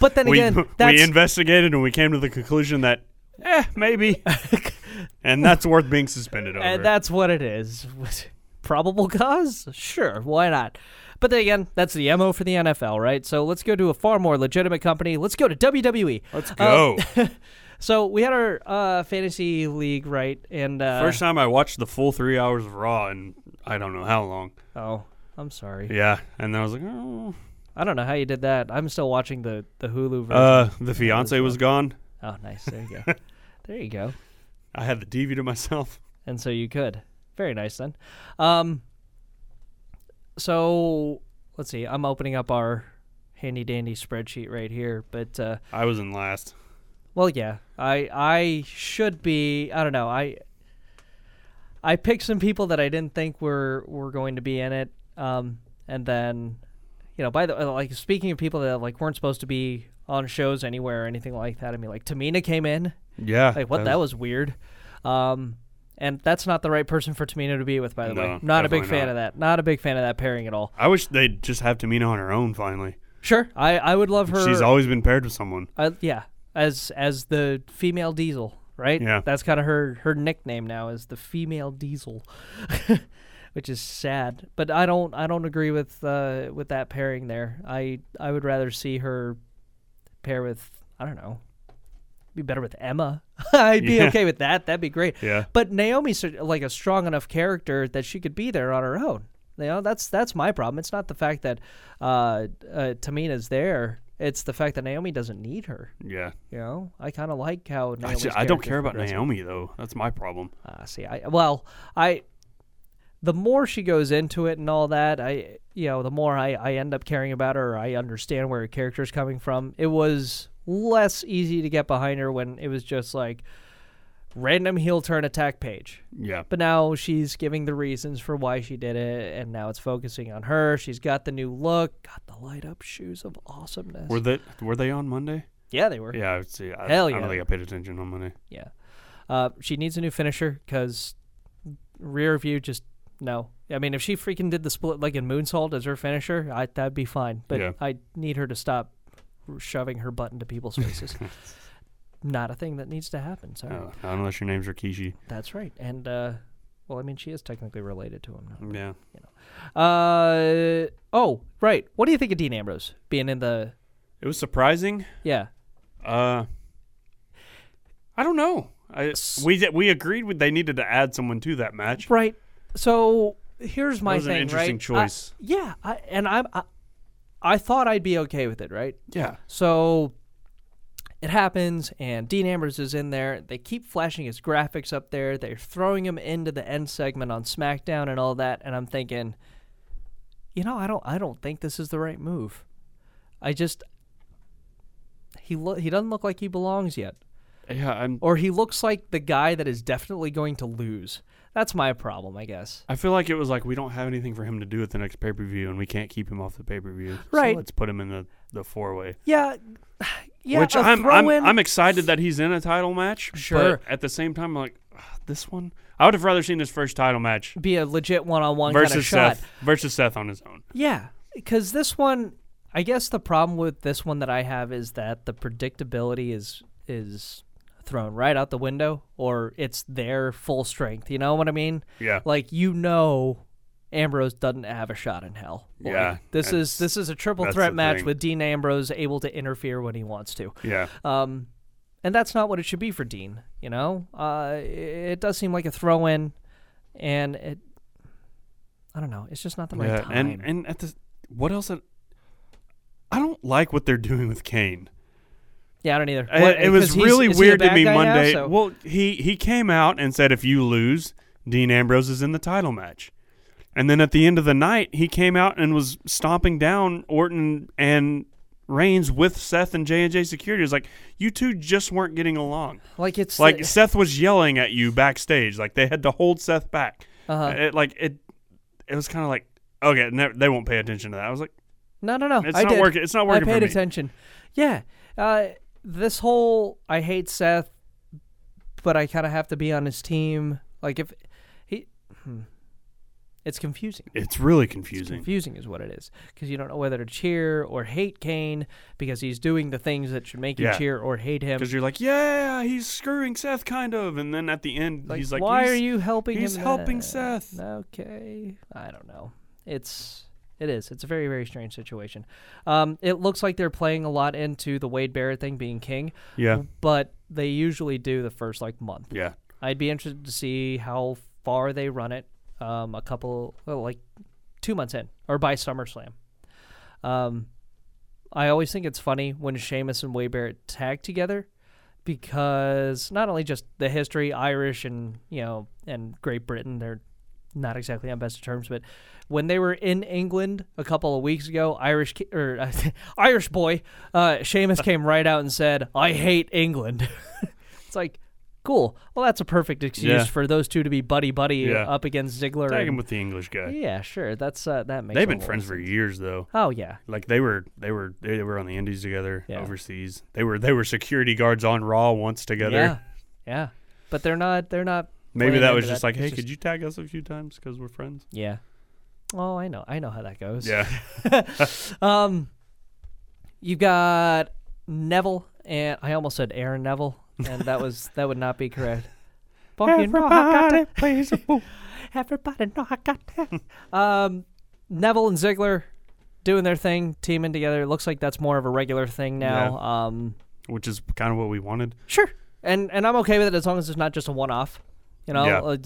Speaker 2: but then
Speaker 5: we,
Speaker 2: again, that's
Speaker 5: we investigated and we came to the conclusion that, eh, maybe. and that's worth being suspended over.
Speaker 2: and eh, that's what it is. Probable cause? Sure, why not? But then again, that's the MO for the NFL, right? So let's go to a far more legitimate company. Let's go to WWE.
Speaker 5: Let's go.
Speaker 2: Uh, So we had our uh, fantasy league, right? And uh,
Speaker 5: First time I watched the full three hours of Raw and I don't know how long.
Speaker 2: oh, I'm sorry.
Speaker 5: Yeah. And then I was like, oh.
Speaker 2: I don't know how you did that. I'm still watching the the Hulu version.
Speaker 5: Uh, the fiance was gone.
Speaker 2: Oh, nice. There you go. there you go.
Speaker 5: I had the TV to myself.
Speaker 2: And so you could. Very nice then. Um, so let's see. I'm opening up our handy dandy spreadsheet right here, but uh,
Speaker 5: I was in last.
Speaker 2: well, yeah. I I should be. I don't know. I I picked some people that I didn't think were were going to be in it. Um, and then you know, by the like speaking of people that like weren't supposed to be on shows anywhere or anything like that. I mean, like Tamina came in.
Speaker 5: Yeah.
Speaker 2: Like what? That was weird. Um, and that's not the right person for Tamina to be with, by the way.
Speaker 5: No,
Speaker 2: Not a big
Speaker 5: definitely
Speaker 2: fan
Speaker 5: not.
Speaker 2: of that. Not a big fan of that pairing at all.
Speaker 5: I wish they'd just have Tamina on her own finally.
Speaker 2: Sure, I, I would love her.
Speaker 5: She's always been paired with someone.
Speaker 2: I- yeah, as as the female Diesel, right?
Speaker 5: Yeah.
Speaker 2: that's kind of her her nickname now is the female Diesel, which is sad. But I don't I don't agree with uh, with that pairing there. I I would rather see her pair with I don't know. Be better with Emma. I'd be
Speaker 5: Yeah.
Speaker 2: okay with that. That'd be great.
Speaker 5: Yeah.
Speaker 2: But Naomi's uh, like a strong enough character that she could be there on her own. You know, that's that's my problem. It's not the fact that uh, uh, Tamina's there. It's the fact that Naomi doesn't need her.
Speaker 5: Yeah.
Speaker 2: You know, I kind of like how
Speaker 5: I,
Speaker 2: Naomi's
Speaker 5: ju- I don't
Speaker 2: character's
Speaker 5: care about
Speaker 2: progressing.
Speaker 5: Naomi though. That's my problem.
Speaker 2: Ah, see, I well, I the more she goes into it and all that, I you know, the more I I end up caring about her. I understand where her character's coming from. It was less easy to get behind her when it was just like random heel turn attack page.
Speaker 5: Yeah.
Speaker 2: But now she's giving the reasons for why she did it, and now it's focusing on her. She's got the new look, got the light up shoes of awesomeness.
Speaker 5: Were they were they on Monday?
Speaker 2: yeah, they were.
Speaker 5: Yeah, I would see. I,
Speaker 2: Hell
Speaker 5: I
Speaker 2: yeah.
Speaker 5: don't think I paid attention on Monday.
Speaker 2: Yeah. Uh, she needs a new finisher because rear view just no. I mean, if she freaking did the split like in moonsault as her finisher, I, that'd be fine. But
Speaker 5: Yeah.
Speaker 2: I need her to stop shoving her butt into people's faces. Not a thing that needs to happen. Sorry.
Speaker 5: Oh, not unless your name's Rikishi.
Speaker 2: That's right. And uh, well, I mean, she is technically related to him. Now.
Speaker 5: Yeah.
Speaker 2: Uh oh, right. What do you think of Dean Ambrose being in the?
Speaker 5: It was surprising.
Speaker 2: Yeah,
Speaker 5: Uh, I don't know. I, we di- we agreed with they needed to add someone to that match.
Speaker 2: right. So here's my
Speaker 5: was an
Speaker 2: thing.
Speaker 5: interesting
Speaker 2: right?
Speaker 5: choice.
Speaker 2: I- yeah, I, and I'm. I, I thought I'd be okay with it, right?
Speaker 5: Yeah.
Speaker 2: So it happens, and Dean Ambrose is in there. They keep flashing his graphics up there. They're throwing him into the end segment on SmackDown and all that. And I'm thinking, you know, I don't, I don't think this is the right move. I just he lo- he doesn't look like he belongs yet.
Speaker 5: Yeah, I'm.
Speaker 2: or he looks like the guy that is definitely going to lose. That's my problem, I guess.
Speaker 5: I feel like it was like we don't have anything for him to do at the next pay per view, and we can't keep him off the pay per view.
Speaker 2: Right.
Speaker 5: So let's put him in the the four way.
Speaker 2: Yeah, yeah.
Speaker 5: Which
Speaker 2: a
Speaker 5: I'm I'm,
Speaker 2: throw-in-
Speaker 5: I'm excited that he's in a title match.
Speaker 2: Sure.
Speaker 5: But at the same time, I'm like "Ugh, this one, I would have rather seen his first title match
Speaker 2: be a legit one-on-one kind of
Speaker 5: versus
Speaker 2: shot.
Speaker 5: Seth versus Seth on his own.
Speaker 2: Yeah, because this one, I guess the problem with this one that I have is that the predictability is is thrown right out the window, or it's their full strength. You know what I mean?
Speaker 5: Yeah.
Speaker 2: Like you know, Ambrose doesn't have a shot in hell. Like,
Speaker 5: Yeah,
Speaker 2: This
Speaker 5: that's-
Speaker 2: is this is a triple
Speaker 5: that's
Speaker 2: threat
Speaker 5: the
Speaker 2: match
Speaker 5: thing.
Speaker 2: with Dean Ambrose able to interfere when he wants to.
Speaker 5: Yeah.
Speaker 2: Um, and that's not what it should be for Dean. You know, uh, it, it does seem like a throw in, and it. I don't know. It's just not the right
Speaker 5: yeah.
Speaker 2: time.
Speaker 5: And and at the what else? At, I don't like what they're doing with Kane.
Speaker 2: Yeah, I don't either.
Speaker 5: I-
Speaker 2: What-
Speaker 5: it was
Speaker 2: 'cause he's-
Speaker 5: really
Speaker 2: is he a
Speaker 5: weird to
Speaker 2: bad
Speaker 5: me
Speaker 2: guy now,
Speaker 5: Monday.
Speaker 2: so-
Speaker 5: Well, he he came out and said if you lose, Dean Ambrose is in the title match. And then at the end of the night, he came out and was stomping down Orton and Reigns with Seth and J and J Security. It was like you two just weren't getting along.
Speaker 2: like it's uh,
Speaker 5: Like
Speaker 2: the-
Speaker 5: Seth was yelling at you backstage. Like they had to hold Seth back. Uh-huh. It, like it, it was kind of like okay, ne- they won't pay attention to that. I was like,
Speaker 2: no, no, no.
Speaker 5: it's
Speaker 2: I
Speaker 5: not
Speaker 2: did.
Speaker 5: working- it's not working
Speaker 2: I
Speaker 5: for
Speaker 2: paid
Speaker 5: me.
Speaker 2: attention. Yeah, uh, this whole I hate Seth, but I kind of have to be on his team. Like if he, hmm. it's confusing.
Speaker 5: it's really confusing.
Speaker 2: Confusing is what it is because you don't know whether to cheer or hate Kane because he's doing the things that should make you
Speaker 5: Yeah.
Speaker 2: cheer or hate him.
Speaker 5: Because you're like, yeah, he's screwing Seth, kind of, and then at the end,
Speaker 2: Like,
Speaker 5: he's like,
Speaker 2: why
Speaker 5: he's-
Speaker 2: are you helping
Speaker 5: he's
Speaker 2: him?
Speaker 5: helping
Speaker 2: then?
Speaker 5: Seth.
Speaker 2: Okay, I don't know. It's it is. It's a very very strange situation. Um, it looks like they're playing a lot into the Wade Barrett thing being king,
Speaker 5: Yeah,
Speaker 2: but they usually do the first like month.
Speaker 5: yeah,
Speaker 2: I'd be interested to see how far they run it. Um, a couple well, like two months in or by SummerSlam. Um, I always think it's funny when Sheamus and Wade Barrett tag together because not only just the history, Irish and you know and Great Britain, they're not exactly on best of terms, but when they were in England a couple of weeks ago, Irish ki- or Irish boy uh, Sheamus came right out and said, "I hate England." it's like. Cool. Well, that's a perfect excuse
Speaker 5: Yeah.
Speaker 2: for those two to be buddy buddy
Speaker 5: Yeah.
Speaker 2: up against Ziggler.
Speaker 5: tag
Speaker 2: and-
Speaker 5: him with the English guy.
Speaker 2: yeah, sure. That's uh, that makes. a
Speaker 5: They've been
Speaker 2: lot
Speaker 5: friends
Speaker 2: of
Speaker 5: for
Speaker 2: sense.
Speaker 5: years, though.
Speaker 2: Oh yeah,
Speaker 5: Like they were, they were, they were on the Indies together,
Speaker 2: Yeah.
Speaker 5: overseas. They were, they were security guards on Raw once together.
Speaker 2: yeah, yeah. But they're not. They're not.
Speaker 5: Maybe
Speaker 2: playing
Speaker 5: that was
Speaker 2: into
Speaker 5: just like, hey,
Speaker 2: It's
Speaker 5: could you tag us a few times because we're friends?
Speaker 2: Yeah. Oh, I know. I know how that goes.
Speaker 5: Yeah,
Speaker 2: You got Neville, and I almost said Aaron Neville, and that was that would not be correct. But you know I got that.
Speaker 5: plays a fool.
Speaker 2: Everybody know I got that. um, Neville and Ziggler doing their thing, teaming together. It looks like that's more of a regular thing now. Um,
Speaker 5: which is kind of what we wanted.
Speaker 2: Sure. And and I'm okay with it as long as it's not just a one off. You know,
Speaker 5: Yeah.
Speaker 2: uh,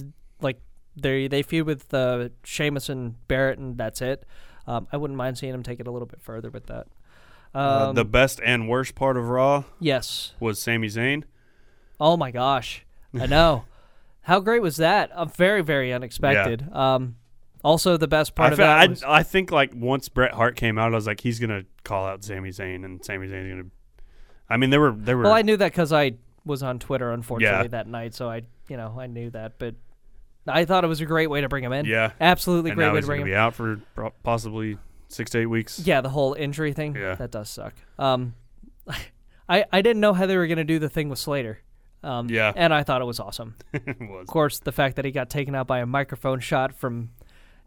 Speaker 2: like they they feud with uh, Sheamus and Barrett, and that's it. Um, I wouldn't mind seeing them take it a little bit further with that. Um,
Speaker 5: Uh, the best and worst part of Raw
Speaker 2: Yes.
Speaker 5: was Sami Zayn.
Speaker 2: Oh my gosh. I know. How great was that? Uh, very very unexpected. Um, also the best part
Speaker 5: I,
Speaker 2: of
Speaker 5: fe-
Speaker 2: that
Speaker 5: I,
Speaker 2: was
Speaker 5: I think like once Bret Hart came out, I was like, he's gonna call out Sami Zayn, and Sami Zayn's gonna. I mean, there were there were.
Speaker 2: well, Oh, I knew that because I was on Twitter unfortunately
Speaker 5: Yeah.
Speaker 2: that night, so I you know I knew that, but I thought it was a great way to bring him in.
Speaker 5: Yeah.
Speaker 2: absolutely
Speaker 5: and
Speaker 2: great
Speaker 5: now
Speaker 2: way
Speaker 5: he's
Speaker 2: to bring
Speaker 5: gonna
Speaker 2: him.
Speaker 5: be out for pro- possibly six to eight weeks.
Speaker 2: Yeah, the whole injury thing.
Speaker 5: Yeah.
Speaker 2: that does suck. Um, I I didn't know how they were gonna do the thing with Slater. Um,
Speaker 5: Yeah.
Speaker 2: and I thought it was awesome. of
Speaker 5: it was.
Speaker 2: course, the fact that he got taken out by a microphone shot from,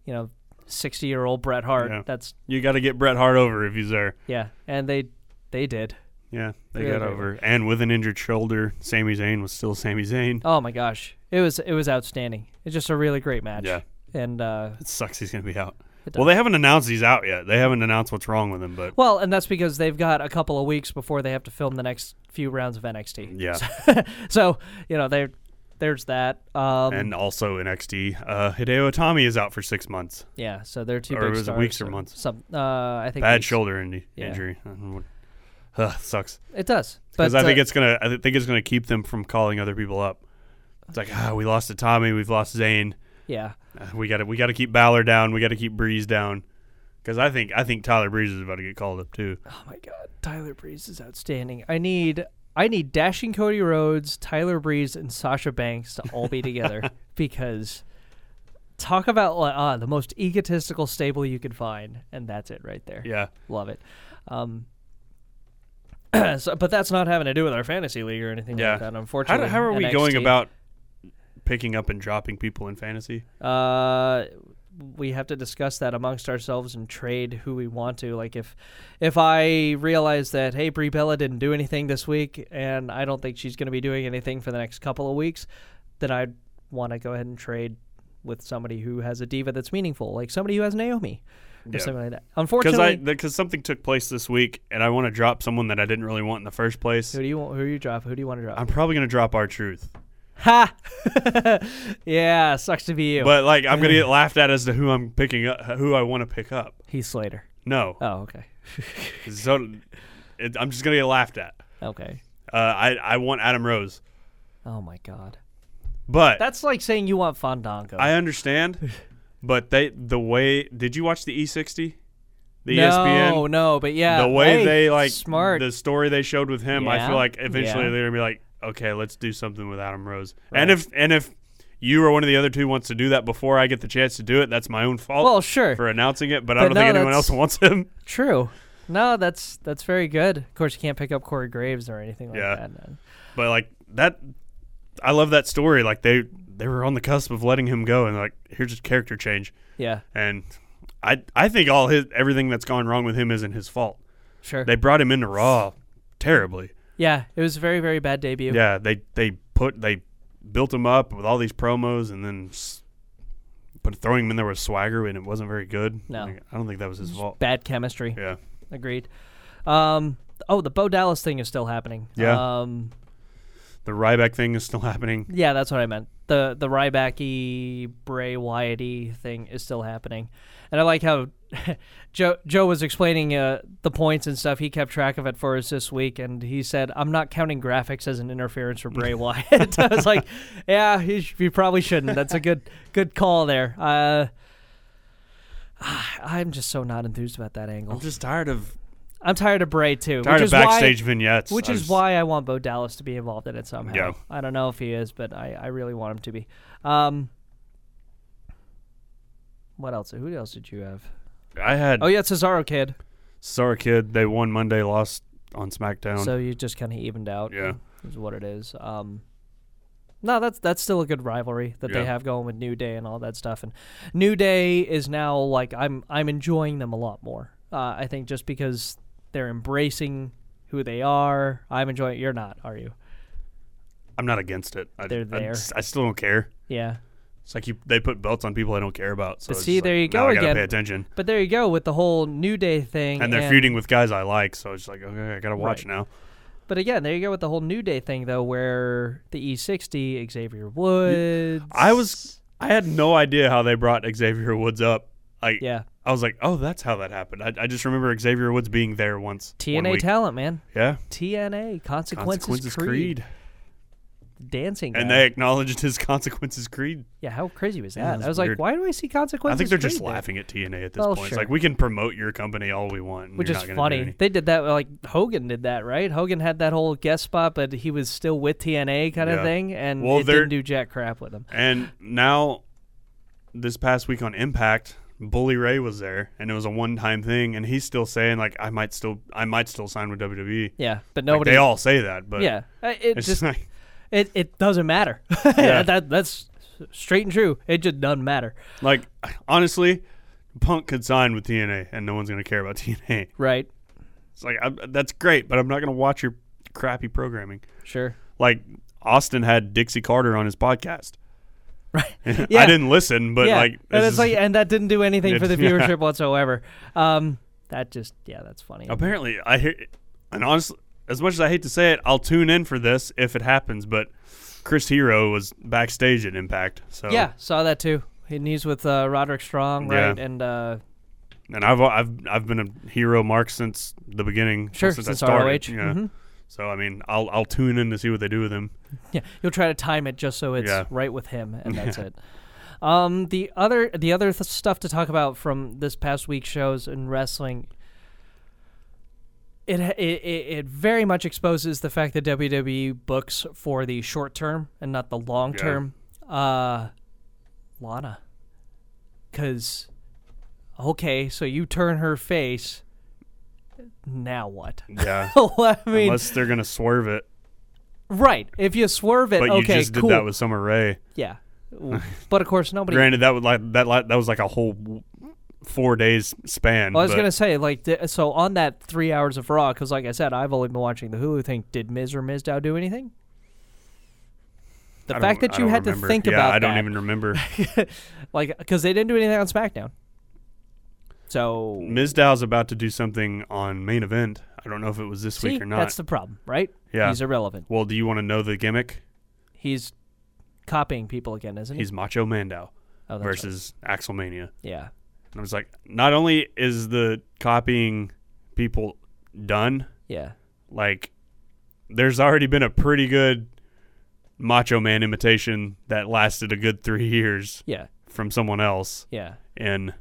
Speaker 2: you know, sixty-year-old Bret Hart.
Speaker 5: Yeah.
Speaker 2: That's
Speaker 5: You got to get Bret Hart over if he's there.
Speaker 2: yeah, and they they did.
Speaker 5: Yeah, they
Speaker 2: Really
Speaker 5: got
Speaker 2: great.
Speaker 5: over, and with an injured shoulder, Sami Zayn was still Sami Zayn.
Speaker 2: Oh my gosh, it was it was outstanding. It's just a really great match.
Speaker 5: Yeah.
Speaker 2: and uh,
Speaker 5: It sucks he's gonna be out. Well, they haven't announced he's out yet. They haven't announced what's wrong with him, but
Speaker 2: well, and that's because they've got a couple of weeks before they have to film the next few rounds of NXT.
Speaker 5: yeah.
Speaker 2: So you know they there's that. Um,
Speaker 5: and also in XT, uh, Hideo Itami is out for six months.
Speaker 2: Yeah, so they're two
Speaker 5: Or
Speaker 2: big
Speaker 5: was it
Speaker 2: stars,
Speaker 5: weeks or
Speaker 2: so
Speaker 5: months?
Speaker 2: Some, uh, I think
Speaker 5: Bad
Speaker 2: weeks.
Speaker 5: shoulder in- injury. Uh, Ugh, sucks.
Speaker 2: It does,
Speaker 5: because
Speaker 2: but
Speaker 5: I think
Speaker 2: uh,
Speaker 5: it's gonna I think it's gonna keep them from calling other people up. It's like ah, we lost to Tommy, we've lost Zane.
Speaker 2: yeah,
Speaker 5: Uh, We got to we got to keep Balor down. We got to keep Breeze down. Because I think I think Tyler Breeze is about to get called up too.
Speaker 2: Oh my god, Tyler Breeze is outstanding. I need I need dashing Cody Rhodes, Tyler Breeze, and Sasha Banks to all be together because talk about like, ah, the most egotistical stable you could find, and that's it right there.
Speaker 5: Yeah.
Speaker 2: love it. Um, so, but that's not having to do with our fantasy league or anything
Speaker 5: Yeah.
Speaker 2: like that.
Speaker 5: How,
Speaker 2: Unfortunately,
Speaker 5: do- how are we
Speaker 2: NXT.
Speaker 5: going about picking up and dropping people in fantasy?
Speaker 2: Uh, we have to discuss that amongst ourselves and trade who we want to. Like if if I realize that hey, Brie Bella didn't do anything this week, and I don't think she's going to be doing anything for the next couple of weeks, then I'd want to go ahead and trade with somebody who has a diva that's meaningful, like somebody who has Naomi or something like that.
Speaker 5: Because I
Speaker 2: Unfortunately,
Speaker 5: because something took place this week, and I want to drop someone that I didn't really want in the first place.
Speaker 2: who do you want, who do you drop? Who do you want to drop?
Speaker 5: I'm probably gonna drop our truth,
Speaker 2: ha! yeah, sucks to be you.
Speaker 5: but like I'm gonna get laughed at as to who I'm picking up, who I want to pick up.
Speaker 2: Heath Slater.
Speaker 5: No,
Speaker 2: Oh, okay,
Speaker 5: so it, I'm just gonna get laughed at.
Speaker 2: okay.
Speaker 5: Uh, I I want Adam Rose,
Speaker 2: Oh my God,
Speaker 5: but
Speaker 2: that's like saying you want Fandango.
Speaker 5: I understand. but they the way did you watch the E60, the E
Speaker 2: no,
Speaker 5: ESPN?
Speaker 2: no, but yeah,
Speaker 5: the way
Speaker 2: hey,
Speaker 5: they like
Speaker 2: smart.
Speaker 5: the story they showed with him, I
Speaker 2: Yeah,
Speaker 5: feel like eventually
Speaker 2: yeah.
Speaker 5: they're gonna be like, okay, let's do something with Adam Rose. And if and if you or one of the other two wants to do that before I get the chance to do it, that's my own fault
Speaker 2: well, sure,
Speaker 5: for announcing it. But, I
Speaker 2: But
Speaker 5: don't
Speaker 2: no,
Speaker 5: think anyone
Speaker 2: that's-
Speaker 5: else wants him.
Speaker 2: true. No, that's that's very good. Of course, you can't pick up Corey Graves or anything like
Speaker 5: Yeah.
Speaker 2: that. no.
Speaker 5: But like that, I love that story. Like they they were on the cusp of letting him go, and like here's his character change.
Speaker 2: Yeah,
Speaker 5: And I I think all his everything that's gone wrong with him isn't his fault.
Speaker 2: sure.
Speaker 5: They brought him into Raw terribly.
Speaker 2: yeah, it was a very very bad debut.
Speaker 5: Yeah, they they put they built him up with all these promos, and then s- but throwing him in there with swagger, and it wasn't very good.
Speaker 2: No.
Speaker 5: Like, I don't think that was his fault.
Speaker 2: Bad chemistry.
Speaker 5: Yeah,
Speaker 2: Agreed. Um. Oh, the Bo Dallas thing is still happening.
Speaker 5: Yeah.
Speaker 2: Um.
Speaker 5: the Ryback thing is still happening.
Speaker 2: Yeah, that's what I meant. The the Rybacky Bray Wyatty thing is still happening, and I like how Joe Joe was explaining uh, the points and stuff. He kept track of it for us this week, and he said, "I'm not counting graphics as an interference for Bray Wyatt." I was like, "Yeah, you, sh- you probably shouldn't. That's a good good call there." Uh, I'm just so not enthused about that angle.
Speaker 5: just tired of
Speaker 2: I'm tired of Bray too.
Speaker 5: tired
Speaker 2: which
Speaker 5: of
Speaker 2: is why-
Speaker 5: backstage vignettes.
Speaker 2: which
Speaker 5: I
Speaker 2: is
Speaker 5: just-
Speaker 2: why I want Bo Dallas to be involved in it somehow.
Speaker 5: Yeah.
Speaker 2: I don't know if he is, but I, I really want him to be. Um, what else? Who else did you have?
Speaker 5: I had.
Speaker 2: Oh yeah, Cesaro kid.
Speaker 5: Sorry, kid. They won Monday, lost on SmackDown.
Speaker 2: So you just kind of evened out.
Speaker 5: Yeah.
Speaker 2: is what it is. Um, no, that's that's still a good rivalry that they
Speaker 5: Yeah.
Speaker 2: have going with New Day and all that stuff. And New Day is now like I'm I'm enjoying them a lot more. Uh, I think just because they're embracing who they are. I'm enjoying. You're not, are you?
Speaker 5: I'm not against it. I,
Speaker 2: They're
Speaker 5: I
Speaker 2: there.
Speaker 5: s- I still don't care.
Speaker 2: Yeah.
Speaker 5: It's like you, they put belts on people I don't care about. So
Speaker 2: But
Speaker 5: it's
Speaker 2: see,
Speaker 5: just
Speaker 2: there
Speaker 5: like,
Speaker 2: you
Speaker 5: now
Speaker 2: go
Speaker 5: I gotta
Speaker 2: again.
Speaker 5: pay attention.
Speaker 2: But there you go with the whole New Day thing.
Speaker 5: And they're feuding with guys I like, so it's like okay, I gotta watch
Speaker 2: Right.
Speaker 5: now.
Speaker 2: But again, there you go with the whole New Day thing, though, where the E60, Xavier Woods.
Speaker 5: I was I had no idea how they brought Xavier Woods up. Like
Speaker 2: Yeah.
Speaker 5: I was like, oh, that's how that happened. I, I just remember Xavier Woods being there once. one
Speaker 2: TNA
Speaker 5: week.
Speaker 2: talent, man.
Speaker 5: yeah,
Speaker 2: TNA, Consequences,
Speaker 5: Consequences Creed,
Speaker 2: Creed. Dancing.
Speaker 5: and
Speaker 2: guy.
Speaker 5: they acknowledged his Consequences Creed.
Speaker 2: Yeah, how crazy was that?
Speaker 5: that's
Speaker 2: I was like,
Speaker 5: weird.
Speaker 2: why do I see Consequences?
Speaker 5: I think they're just
Speaker 2: Creed there?
Speaker 5: laughing at TNA at this
Speaker 2: Well,
Speaker 5: point. It's
Speaker 2: sure.
Speaker 5: like we can promote your company all we want, and
Speaker 2: Which
Speaker 5: you're
Speaker 2: is
Speaker 5: not gonna do
Speaker 2: funny.
Speaker 5: any-
Speaker 2: They did that, like, Hogan did that, right? Hogan had that whole guest spot, but he was still with TNA kind of
Speaker 5: Yeah.
Speaker 2: thing, and
Speaker 5: Well,
Speaker 2: it
Speaker 5: they're-
Speaker 2: didn't do jack crap with him.
Speaker 5: And now, this past week on Impact, Bully Ray was there, and it was a one-time thing. And he's still saying like, I might still, I might still sign with WWE.
Speaker 2: Yeah, but
Speaker 5: Like,
Speaker 2: nobody.
Speaker 5: they all say that, but
Speaker 2: yeah. Uh, It
Speaker 5: it's
Speaker 2: just,
Speaker 5: like
Speaker 2: It it doesn't matter.
Speaker 5: Yeah.
Speaker 2: that that's straight and true. It just doesn't matter.
Speaker 5: Like honestly, Punk could sign with TNA, and no one's gonna care about TNA.
Speaker 2: Right.
Speaker 5: It's like I'm, that's great, but I'm not gonna watch your crappy programming.
Speaker 2: Sure.
Speaker 5: Like Austin had Dixie Carter on his podcast.
Speaker 2: Right.
Speaker 5: I didn't listen, but
Speaker 2: yeah.
Speaker 5: like,
Speaker 2: and
Speaker 5: this
Speaker 2: it's
Speaker 5: is-
Speaker 2: like and that didn't do anything for the
Speaker 5: It's- yeah.
Speaker 2: viewership whatsoever. Um that just yeah, that's funny.
Speaker 5: apparently I hear, and honestly, as much as I hate to say it, I'll tune in for this if it happens. But Chris Hero was backstage at Impact, so
Speaker 2: Yeah, saw that too. And he's with uh, Roderick Strong,
Speaker 5: Yeah.
Speaker 2: right? And uh
Speaker 5: and I've I've I've been a hero mark since the beginning.
Speaker 2: Sure,
Speaker 5: since,
Speaker 2: since
Speaker 5: I started.
Speaker 2: ROH,
Speaker 5: Yeah. So I mean, I'll I'll tune in to see what they do with him.
Speaker 2: yeah, you'll try to time it just so it's
Speaker 5: Yeah.
Speaker 2: right with him and that's it. Um the other the other th- stuff to talk about from this past week's shows in wrestling it, it it it very much exposes the fact that WWE books for the short term and not the long
Speaker 5: Yeah.
Speaker 2: term. Uh, Lana, because okay, so you turn her face. Now what?
Speaker 5: Yeah.
Speaker 2: I mean,
Speaker 5: Unless they're gonna swerve it,
Speaker 2: right? If you swerve it,
Speaker 5: but
Speaker 2: okay,
Speaker 5: you just did
Speaker 2: cool.
Speaker 5: that with Summer Rae.
Speaker 2: yeah. W- but of course, nobody.
Speaker 5: Granted, that would like that li- that was like a whole w- four days span.
Speaker 2: Well, I was
Speaker 5: but
Speaker 2: gonna say like di- so on that three hours of Raw because like I said I've only been watching the Hulu thing. Did Miz or Mizdow do anything? The
Speaker 5: I
Speaker 2: fact
Speaker 5: don't-
Speaker 2: that
Speaker 5: I
Speaker 2: you
Speaker 5: don't
Speaker 2: had
Speaker 5: remember.
Speaker 2: to think
Speaker 5: yeah,
Speaker 2: about
Speaker 5: I don't
Speaker 2: that,
Speaker 5: even remember.
Speaker 2: like because they didn't do anything on SmackDown. So
Speaker 5: Ms. Dow's about to do something on main event. I don't know if it was this
Speaker 2: see,
Speaker 5: week or not.
Speaker 2: that's the problem, right?
Speaker 5: Yeah.
Speaker 2: he's irrelevant.
Speaker 5: well, do you want to know the gimmick?
Speaker 2: He's copying people again, isn't he?
Speaker 5: He's Macho Mandow
Speaker 2: oh, that's right.
Speaker 5: versus Axelmania.
Speaker 2: yeah,
Speaker 5: And I was like, not only is the copying people done,
Speaker 2: yeah,
Speaker 5: like there's already been a pretty good Macho Man imitation that lasted a good three years
Speaker 2: yeah,
Speaker 5: from someone else
Speaker 2: yeah.
Speaker 5: in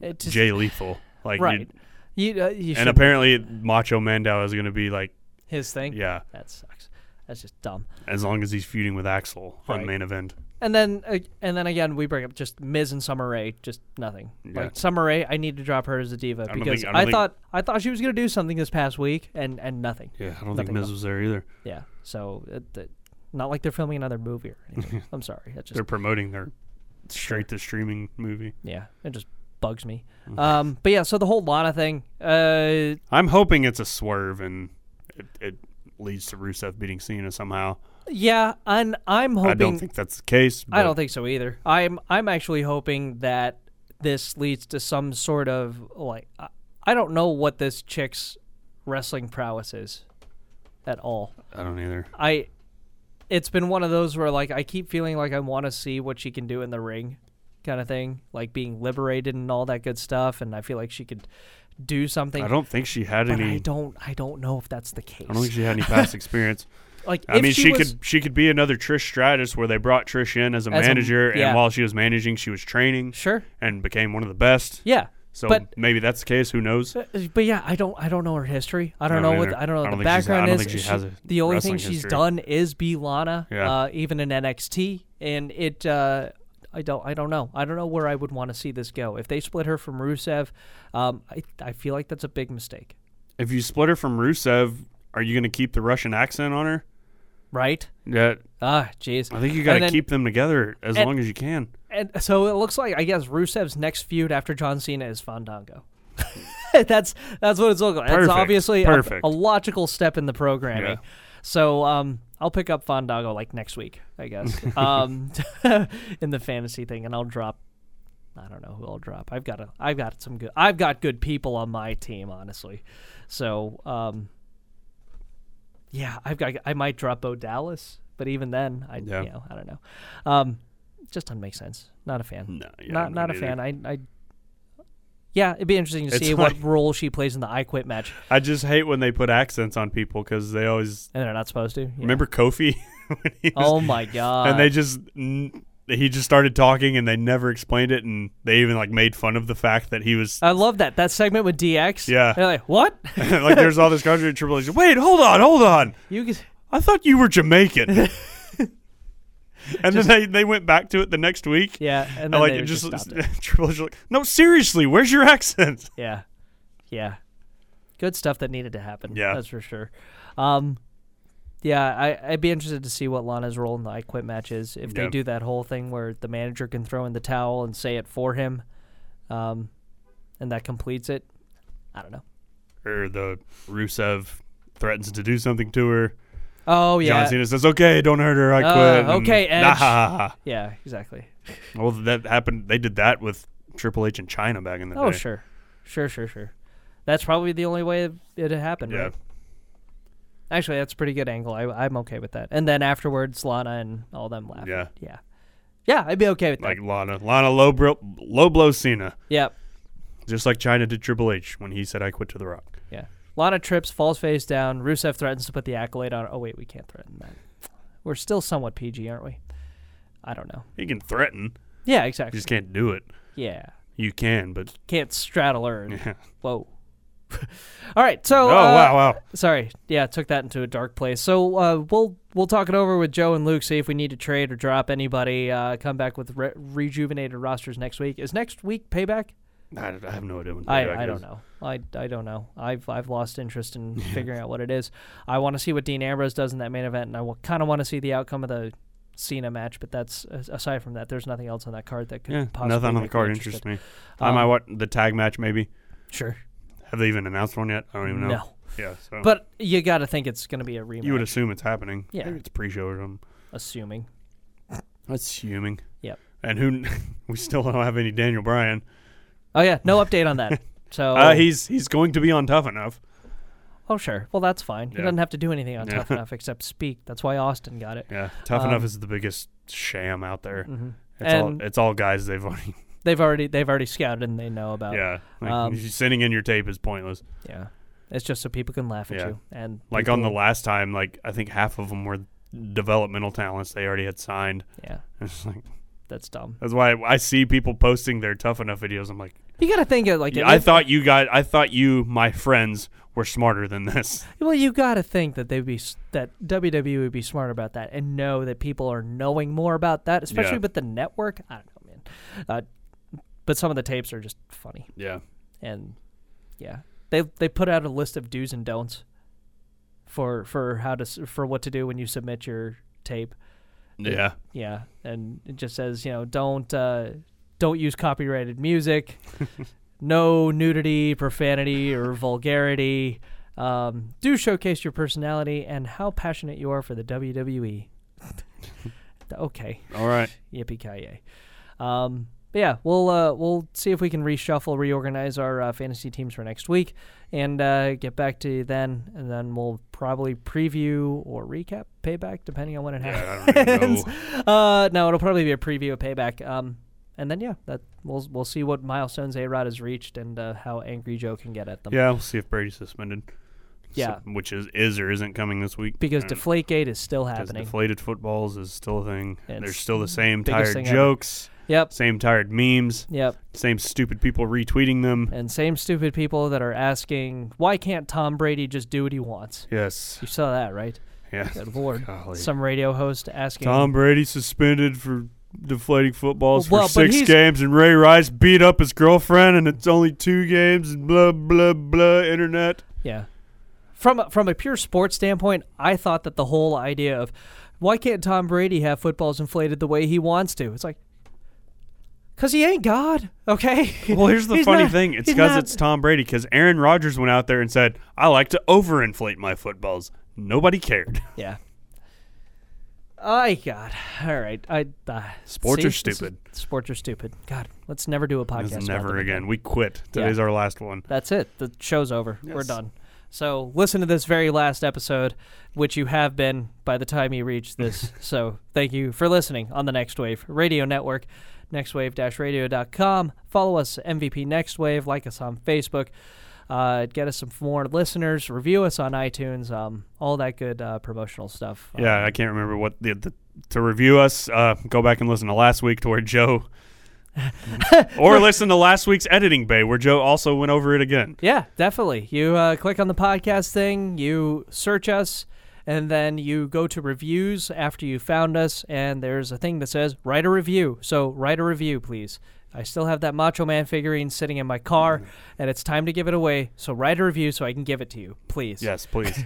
Speaker 2: It just,
Speaker 5: Jay Lethal. Like you-
Speaker 2: right. You, uh, you
Speaker 5: and
Speaker 2: should,
Speaker 5: apparently Macho Mandow is gonna be like,
Speaker 2: his thing.
Speaker 5: yeah,
Speaker 2: that sucks. That's just dumb.
Speaker 5: as long as he's feuding with Axel
Speaker 2: Right.
Speaker 5: on main event.
Speaker 2: And then, uh, and then again, we bring up just Miz and Summer Rae, just nothing.
Speaker 5: Yeah.
Speaker 2: Like Summer Rae, I need to drop her as a diva
Speaker 5: don't
Speaker 2: because
Speaker 5: think- I
Speaker 2: I,
Speaker 5: don't think-
Speaker 2: thought I thought she was gonna do something this past week, and and nothing.
Speaker 5: Yeah, I don't think
Speaker 2: Nothing
Speaker 5: Miz
Speaker 2: else.
Speaker 5: was there either.
Speaker 2: Yeah. So, it, it- not like they're filming another movie or anything. I'm sorry. That just
Speaker 5: They're promoting their straight to streaming movie.
Speaker 2: yeah, it just bugs me.
Speaker 5: Mm.
Speaker 2: Um, but yeah, so the whole Lana thing. Uh,
Speaker 5: I'm hoping it's a swerve and it, it leads to Rusev beating Cena somehow.
Speaker 2: yeah, and I'm hoping.
Speaker 5: I don't think that's the case.
Speaker 2: I
Speaker 5: but
Speaker 2: don't think so either. I'm I'm actually hoping that this leads to some sort of like I, I don't know what this chick's wrestling prowess is at all.
Speaker 5: I don't either.
Speaker 2: I it's been one of those where like I keep feeling like I want to see what she can do in the ring kind of thing, like being liberated and all that good stuff and I feel like she could do something.
Speaker 5: I don't think she had
Speaker 2: but
Speaker 5: any.
Speaker 2: I don't I don't know if that's the case.
Speaker 5: I don't think she had any past experience.
Speaker 2: like
Speaker 5: I
Speaker 2: if
Speaker 5: mean,
Speaker 2: she,
Speaker 5: she,
Speaker 2: was-
Speaker 5: could she could be another Trish Stratus, where they brought Trish in as a
Speaker 2: As a-
Speaker 5: manager,
Speaker 2: yeah.
Speaker 5: and while she was managing, she was training
Speaker 2: sure.
Speaker 5: and became one of the best.
Speaker 2: Yeah.
Speaker 5: So
Speaker 2: but-
Speaker 5: maybe that's the case. Who knows?
Speaker 2: Uh, But yeah, I don't I don't know her history. I don't,
Speaker 5: don't
Speaker 2: know
Speaker 5: either.
Speaker 2: what I don't know
Speaker 5: I
Speaker 2: what
Speaker 5: don't
Speaker 2: the
Speaker 5: think she's- I
Speaker 2: background
Speaker 5: don't
Speaker 2: is.
Speaker 5: think she
Speaker 2: She-
Speaker 5: has a
Speaker 2: the only thing
Speaker 5: wrestling
Speaker 2: she's
Speaker 5: history.
Speaker 2: done is be Lana,
Speaker 5: Yeah.
Speaker 2: uh, even in NXT, and it. Uh, I don't. I don't know. I don't know where I would want to see this go. If they split her from Rusev, um, I I feel like that's a big mistake,
Speaker 5: If you split her from Rusev, are you going to keep the Russian accent on her?
Speaker 2: right?
Speaker 5: Yeah,
Speaker 2: Ah, jeez.
Speaker 5: I think you got
Speaker 2: And
Speaker 5: to
Speaker 2: then-
Speaker 5: keep them together as
Speaker 2: and-
Speaker 5: long as you can.
Speaker 2: And so it looks like I guess Rusev's next feud after John Cena is Fandango. that's that's what it's looking like. It's
Speaker 5: Perfect.
Speaker 2: obviously a-
Speaker 5: Perfect.
Speaker 2: A, logical step in the programming.
Speaker 5: Yeah.
Speaker 2: So um, I'll pick up Fandango like next week, I guess, um, in the fantasy thing, and I'll drop. I don't know who I'll drop. I've got a, I've got some good. I've got good people on my team, honestly. So um, yeah, I've got. I might drop Bo Dallas, but even then, I
Speaker 5: Yeah.
Speaker 2: you know, I don't know. Um, just doesn't make sense. Not a fan.
Speaker 5: No, yeah,
Speaker 2: not
Speaker 5: I'm
Speaker 2: not
Speaker 5: not
Speaker 2: a fan. I, I. Yeah, it'd be interesting to
Speaker 5: It's
Speaker 2: see
Speaker 5: like-
Speaker 2: what role she plays in the I Quit match,
Speaker 5: I just hate when they put accents on people because they always
Speaker 2: and they're not supposed to. Yeah.
Speaker 5: remember Kofi. when he was-
Speaker 2: Oh my god!
Speaker 5: and they just n- he just started talking and they never explained it and they even like made fun of the fact that he was
Speaker 2: I love that that segment with DX.
Speaker 5: Yeah.
Speaker 2: they're like, what?
Speaker 5: like there's all this controversy. Triple H. Wait, hold on, hold on.
Speaker 2: you can...
Speaker 5: I thought you were Jamaican. and then they, they went back to it the next week.
Speaker 2: yeah, and
Speaker 5: And
Speaker 2: then
Speaker 5: like
Speaker 2: they
Speaker 5: it just,
Speaker 2: just stopped it.
Speaker 5: Triple H like no seriously, where's your accent?
Speaker 2: Yeah, yeah, good stuff that needed to happen.
Speaker 5: Yeah.
Speaker 2: that's for sure. Um, yeah, I, I'd be interested to see what Lana's role in the I Quit match is. If they
Speaker 5: Yeah.
Speaker 2: do that whole thing where the manager can throw in the towel and say it for him, um, and that completes it. I don't know.
Speaker 5: Or the Rusev threatens to do something to her.
Speaker 2: Oh yeah,
Speaker 5: John Cena says, "Okay, don't hurt her. I
Speaker 2: Uh,
Speaker 5: quit." and-
Speaker 2: okay, Edge.
Speaker 5: Nah, ha, ha, ha.
Speaker 2: yeah, exactly.
Speaker 5: Well, that happened. They did that with Triple H in China back in the
Speaker 2: Oh
Speaker 5: day.
Speaker 2: sure, sure, sure, sure. That's probably the only way it, it happened.
Speaker 5: Yeah.
Speaker 2: Right? Actually, that's a pretty good angle. I, I'm okay with that. And then afterwards, Lana and all them laugh.
Speaker 5: Yeah.
Speaker 2: yeah, yeah. I'd be okay with that.
Speaker 5: Like Lana, Lana low, bro, low blow Cena,
Speaker 2: yeah,
Speaker 5: just like China did Triple H when he said, "I quit to The Rock."
Speaker 2: yeah. Lana trips, falls face down. Rusev threatens to put the accolade on. Oh wait, we can't threaten that. We're still somewhat PG, aren't we? I don't know.
Speaker 5: He can threaten,
Speaker 2: Yeah,
Speaker 5: you
Speaker 2: exactly.
Speaker 5: just can't do it.
Speaker 2: Yeah,
Speaker 5: You can, but
Speaker 2: can't straddle her. and-
Speaker 5: yeah,
Speaker 2: Whoa. All right, so
Speaker 5: Oh
Speaker 2: uh,
Speaker 5: wow, wow.
Speaker 2: Sorry, yeah, took that into a dark place. So uh, we'll we'll talk it over with Joe and Luke, see if we need to trade or drop anybody. Uh, come back with re- rejuvenated rosters next week. Is next week payback?
Speaker 5: I, I have no idea. When
Speaker 2: I,
Speaker 5: payback
Speaker 2: I
Speaker 5: is.
Speaker 2: don't know. I, I don't know. I've I've lost interest in figuring out what it is. I want to see what Dean Ambrose does in that main event, and I kind of want to see the outcome of the Cena match. But that's as- aside from that, there's nothing else on that card that could
Speaker 5: Yeah,
Speaker 2: possibly
Speaker 5: nothing on the
Speaker 2: make me
Speaker 5: card
Speaker 2: interested. Um,
Speaker 5: interests me. I might watch the tag match maybe.
Speaker 2: Sure,
Speaker 5: Have they even announced one yet? I don't even know.
Speaker 2: No.
Speaker 5: Yeah. So.
Speaker 2: but you got to think it's going to be a rematch.
Speaker 5: you would assume it's happening.
Speaker 2: Yeah.
Speaker 5: Maybe it's pre-show or something.
Speaker 2: assuming.
Speaker 5: Assuming.
Speaker 2: Yep.
Speaker 5: And who? kn- we still don't have any Daniel Bryan.
Speaker 2: Oh yeah, no update on that. So
Speaker 5: Uh, he's he's going to be on Tough Enough.
Speaker 2: Oh, sure. Well, that's fine. He
Speaker 5: Yeah.
Speaker 2: doesn't have to do anything on
Speaker 5: Yeah.
Speaker 2: Tough Enough except speak. That's why Austin got it.
Speaker 5: Yeah. Um, Mm-hmm. Tough Enough is the biggest sham out there. It's
Speaker 2: And-
Speaker 5: all it's all guys they've already.
Speaker 2: They've already they've already scouted and they know about.
Speaker 5: Yeah. Like,
Speaker 2: Um,
Speaker 5: sending in your tape is pointless.
Speaker 2: yeah. It's just so people can laugh at
Speaker 5: Yeah.
Speaker 2: you and
Speaker 5: Like on the
Speaker 2: people-
Speaker 5: last time, like I think half of them were developmental talents they already had signed.
Speaker 2: yeah.
Speaker 5: It's like
Speaker 2: That's dumb.
Speaker 5: that's why I see people posting their Tough Enough videos. I'm like,
Speaker 2: You got to think of like
Speaker 5: Yeah,
Speaker 2: an
Speaker 5: I
Speaker 2: in-
Speaker 5: thought you guys, I thought you, my friends, were smarter than this.
Speaker 2: Well, you got to think that they'd be s- that WWE would be smart about that and know that people are knowing more about that, especially
Speaker 5: Yeah.
Speaker 2: with the network. I don't know, man. Uh, but some of the tapes are just funny
Speaker 5: Yeah.
Speaker 2: and yeah, they they put out a list of do's and don'ts for for how to s- for what to do when you submit your tape.
Speaker 5: Yeah.
Speaker 2: Yeah, and it just says you know don't uh, don't use copyrighted music, no nudity, profanity, or vulgarity. Um, do showcase your personality and how passionate you are for the WWE. okay,
Speaker 5: All right.
Speaker 2: yippee ki yay! Um, but yeah, we'll uh, we'll see if we can reshuffle, reorganize our uh, fantasy teams for next week, and uh, get back to you then, and then we'll probably preview or recap payback depending on when it happens.
Speaker 5: I don't even know.
Speaker 2: Uh, no, it'll probably be a preview of Payback. Um, and then yeah, that we'll we'll see what milestones A Rod has reached and uh, how angry Joe can get at them.
Speaker 5: yeah, we'll see if Brady's suspended.
Speaker 2: Yeah.
Speaker 5: So- which is is or isn't coming this week
Speaker 2: Because
Speaker 5: I don't know,
Speaker 2: Deflategate is still
Speaker 5: 'cause
Speaker 2: happening.
Speaker 5: deflated footballs is still a thing.
Speaker 2: Yeah,
Speaker 5: There's
Speaker 2: it's
Speaker 5: still the same
Speaker 2: biggest
Speaker 5: tired
Speaker 2: thing ever.
Speaker 5: jokes,
Speaker 2: yep.
Speaker 5: same tired memes,
Speaker 2: Yep.
Speaker 5: same stupid people retweeting them.
Speaker 2: And same stupid people that are asking why can't Tom Brady just do what he wants?
Speaker 5: Yes.
Speaker 2: You saw that, right?
Speaker 5: Yeah.
Speaker 2: Good lord.
Speaker 5: Golly.
Speaker 2: Some radio host asking
Speaker 5: Tom Brady suspended for deflating footballs
Speaker 2: Well,
Speaker 5: for
Speaker 2: but
Speaker 5: six
Speaker 2: he's-
Speaker 5: games, and Ray Rice beat up his girlfriend, and it's only two games, and blah blah blah. Internet.
Speaker 2: Yeah. From a, from a pure sports standpoint, I thought that the whole idea of why can't Tom Brady have footballs inflated the way he wants to? It's like cuz he ain't God, okay?
Speaker 5: Well, here's the
Speaker 2: He's
Speaker 5: funny
Speaker 2: not-
Speaker 5: thing: it's
Speaker 2: he's
Speaker 5: because
Speaker 2: not-
Speaker 5: it's Tom Brady. Because Aaron Rodgers went out there and said, "I like to overinflate my footballs." Nobody cared.
Speaker 2: Yeah. I God. All right. I uh,
Speaker 5: Sports are
Speaker 2: see, this is-
Speaker 5: stupid.
Speaker 2: sports are stupid. God, let's never do a podcast.
Speaker 5: It's
Speaker 2: about
Speaker 5: never
Speaker 2: them
Speaker 5: again. We quit. Today's our last one.
Speaker 2: That's it. The show's over. We're done. So listen to this very last episode, which you have been by the time you reach this. so thank you for listening on the Next Wave Radio Network, nextwave-radio.com. Follow us, MVP Next Wave. Like us on Facebook. Uh, get us some more listeners. Review us on iTunes. Um, all that good uh, promotional stuff.
Speaker 5: Yeah, I can't remember what the, the to review us. Uh, go back and listen to last week to where Joe, or listen to last week's editing bay where Joe also went over it again.
Speaker 2: Yeah, definitely. You uh, click on the podcast thing, you search us, and then you go to reviews after you found us, and there's a thing that says write a review. So write a review, please. I still have that Macho Man figurine sitting in my car, and it's time to give it away. So write a review so I can give it to you, please.
Speaker 5: Yes, please.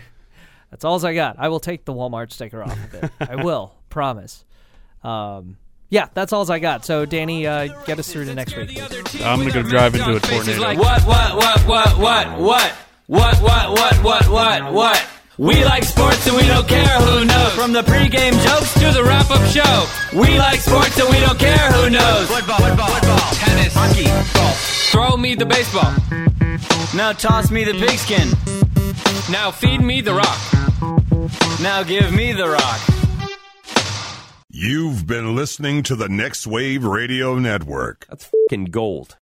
Speaker 2: That's all I got. I will take the Walmart sticker off of it. I will, promise. Um, yeah, that's all I got. So Danny, uh, get us through to next week.
Speaker 5: I'm gonna go drive into a tornado.
Speaker 4: What, what, what, what, what, what, what, what, what, what, what, what? We like sports and we don't care who knows. From the pregame jokes to the wrap up show. We like sports and we don't care who knows.
Speaker 6: Football, football, football, tennis, hockey, golf.
Speaker 4: Throw me the baseball.
Speaker 6: Now toss me the pigskin.
Speaker 4: Now feed me the rock.
Speaker 6: Now give me the rock.
Speaker 1: You've been listening to the Next Wave Radio Network.
Speaker 7: That's fing gold.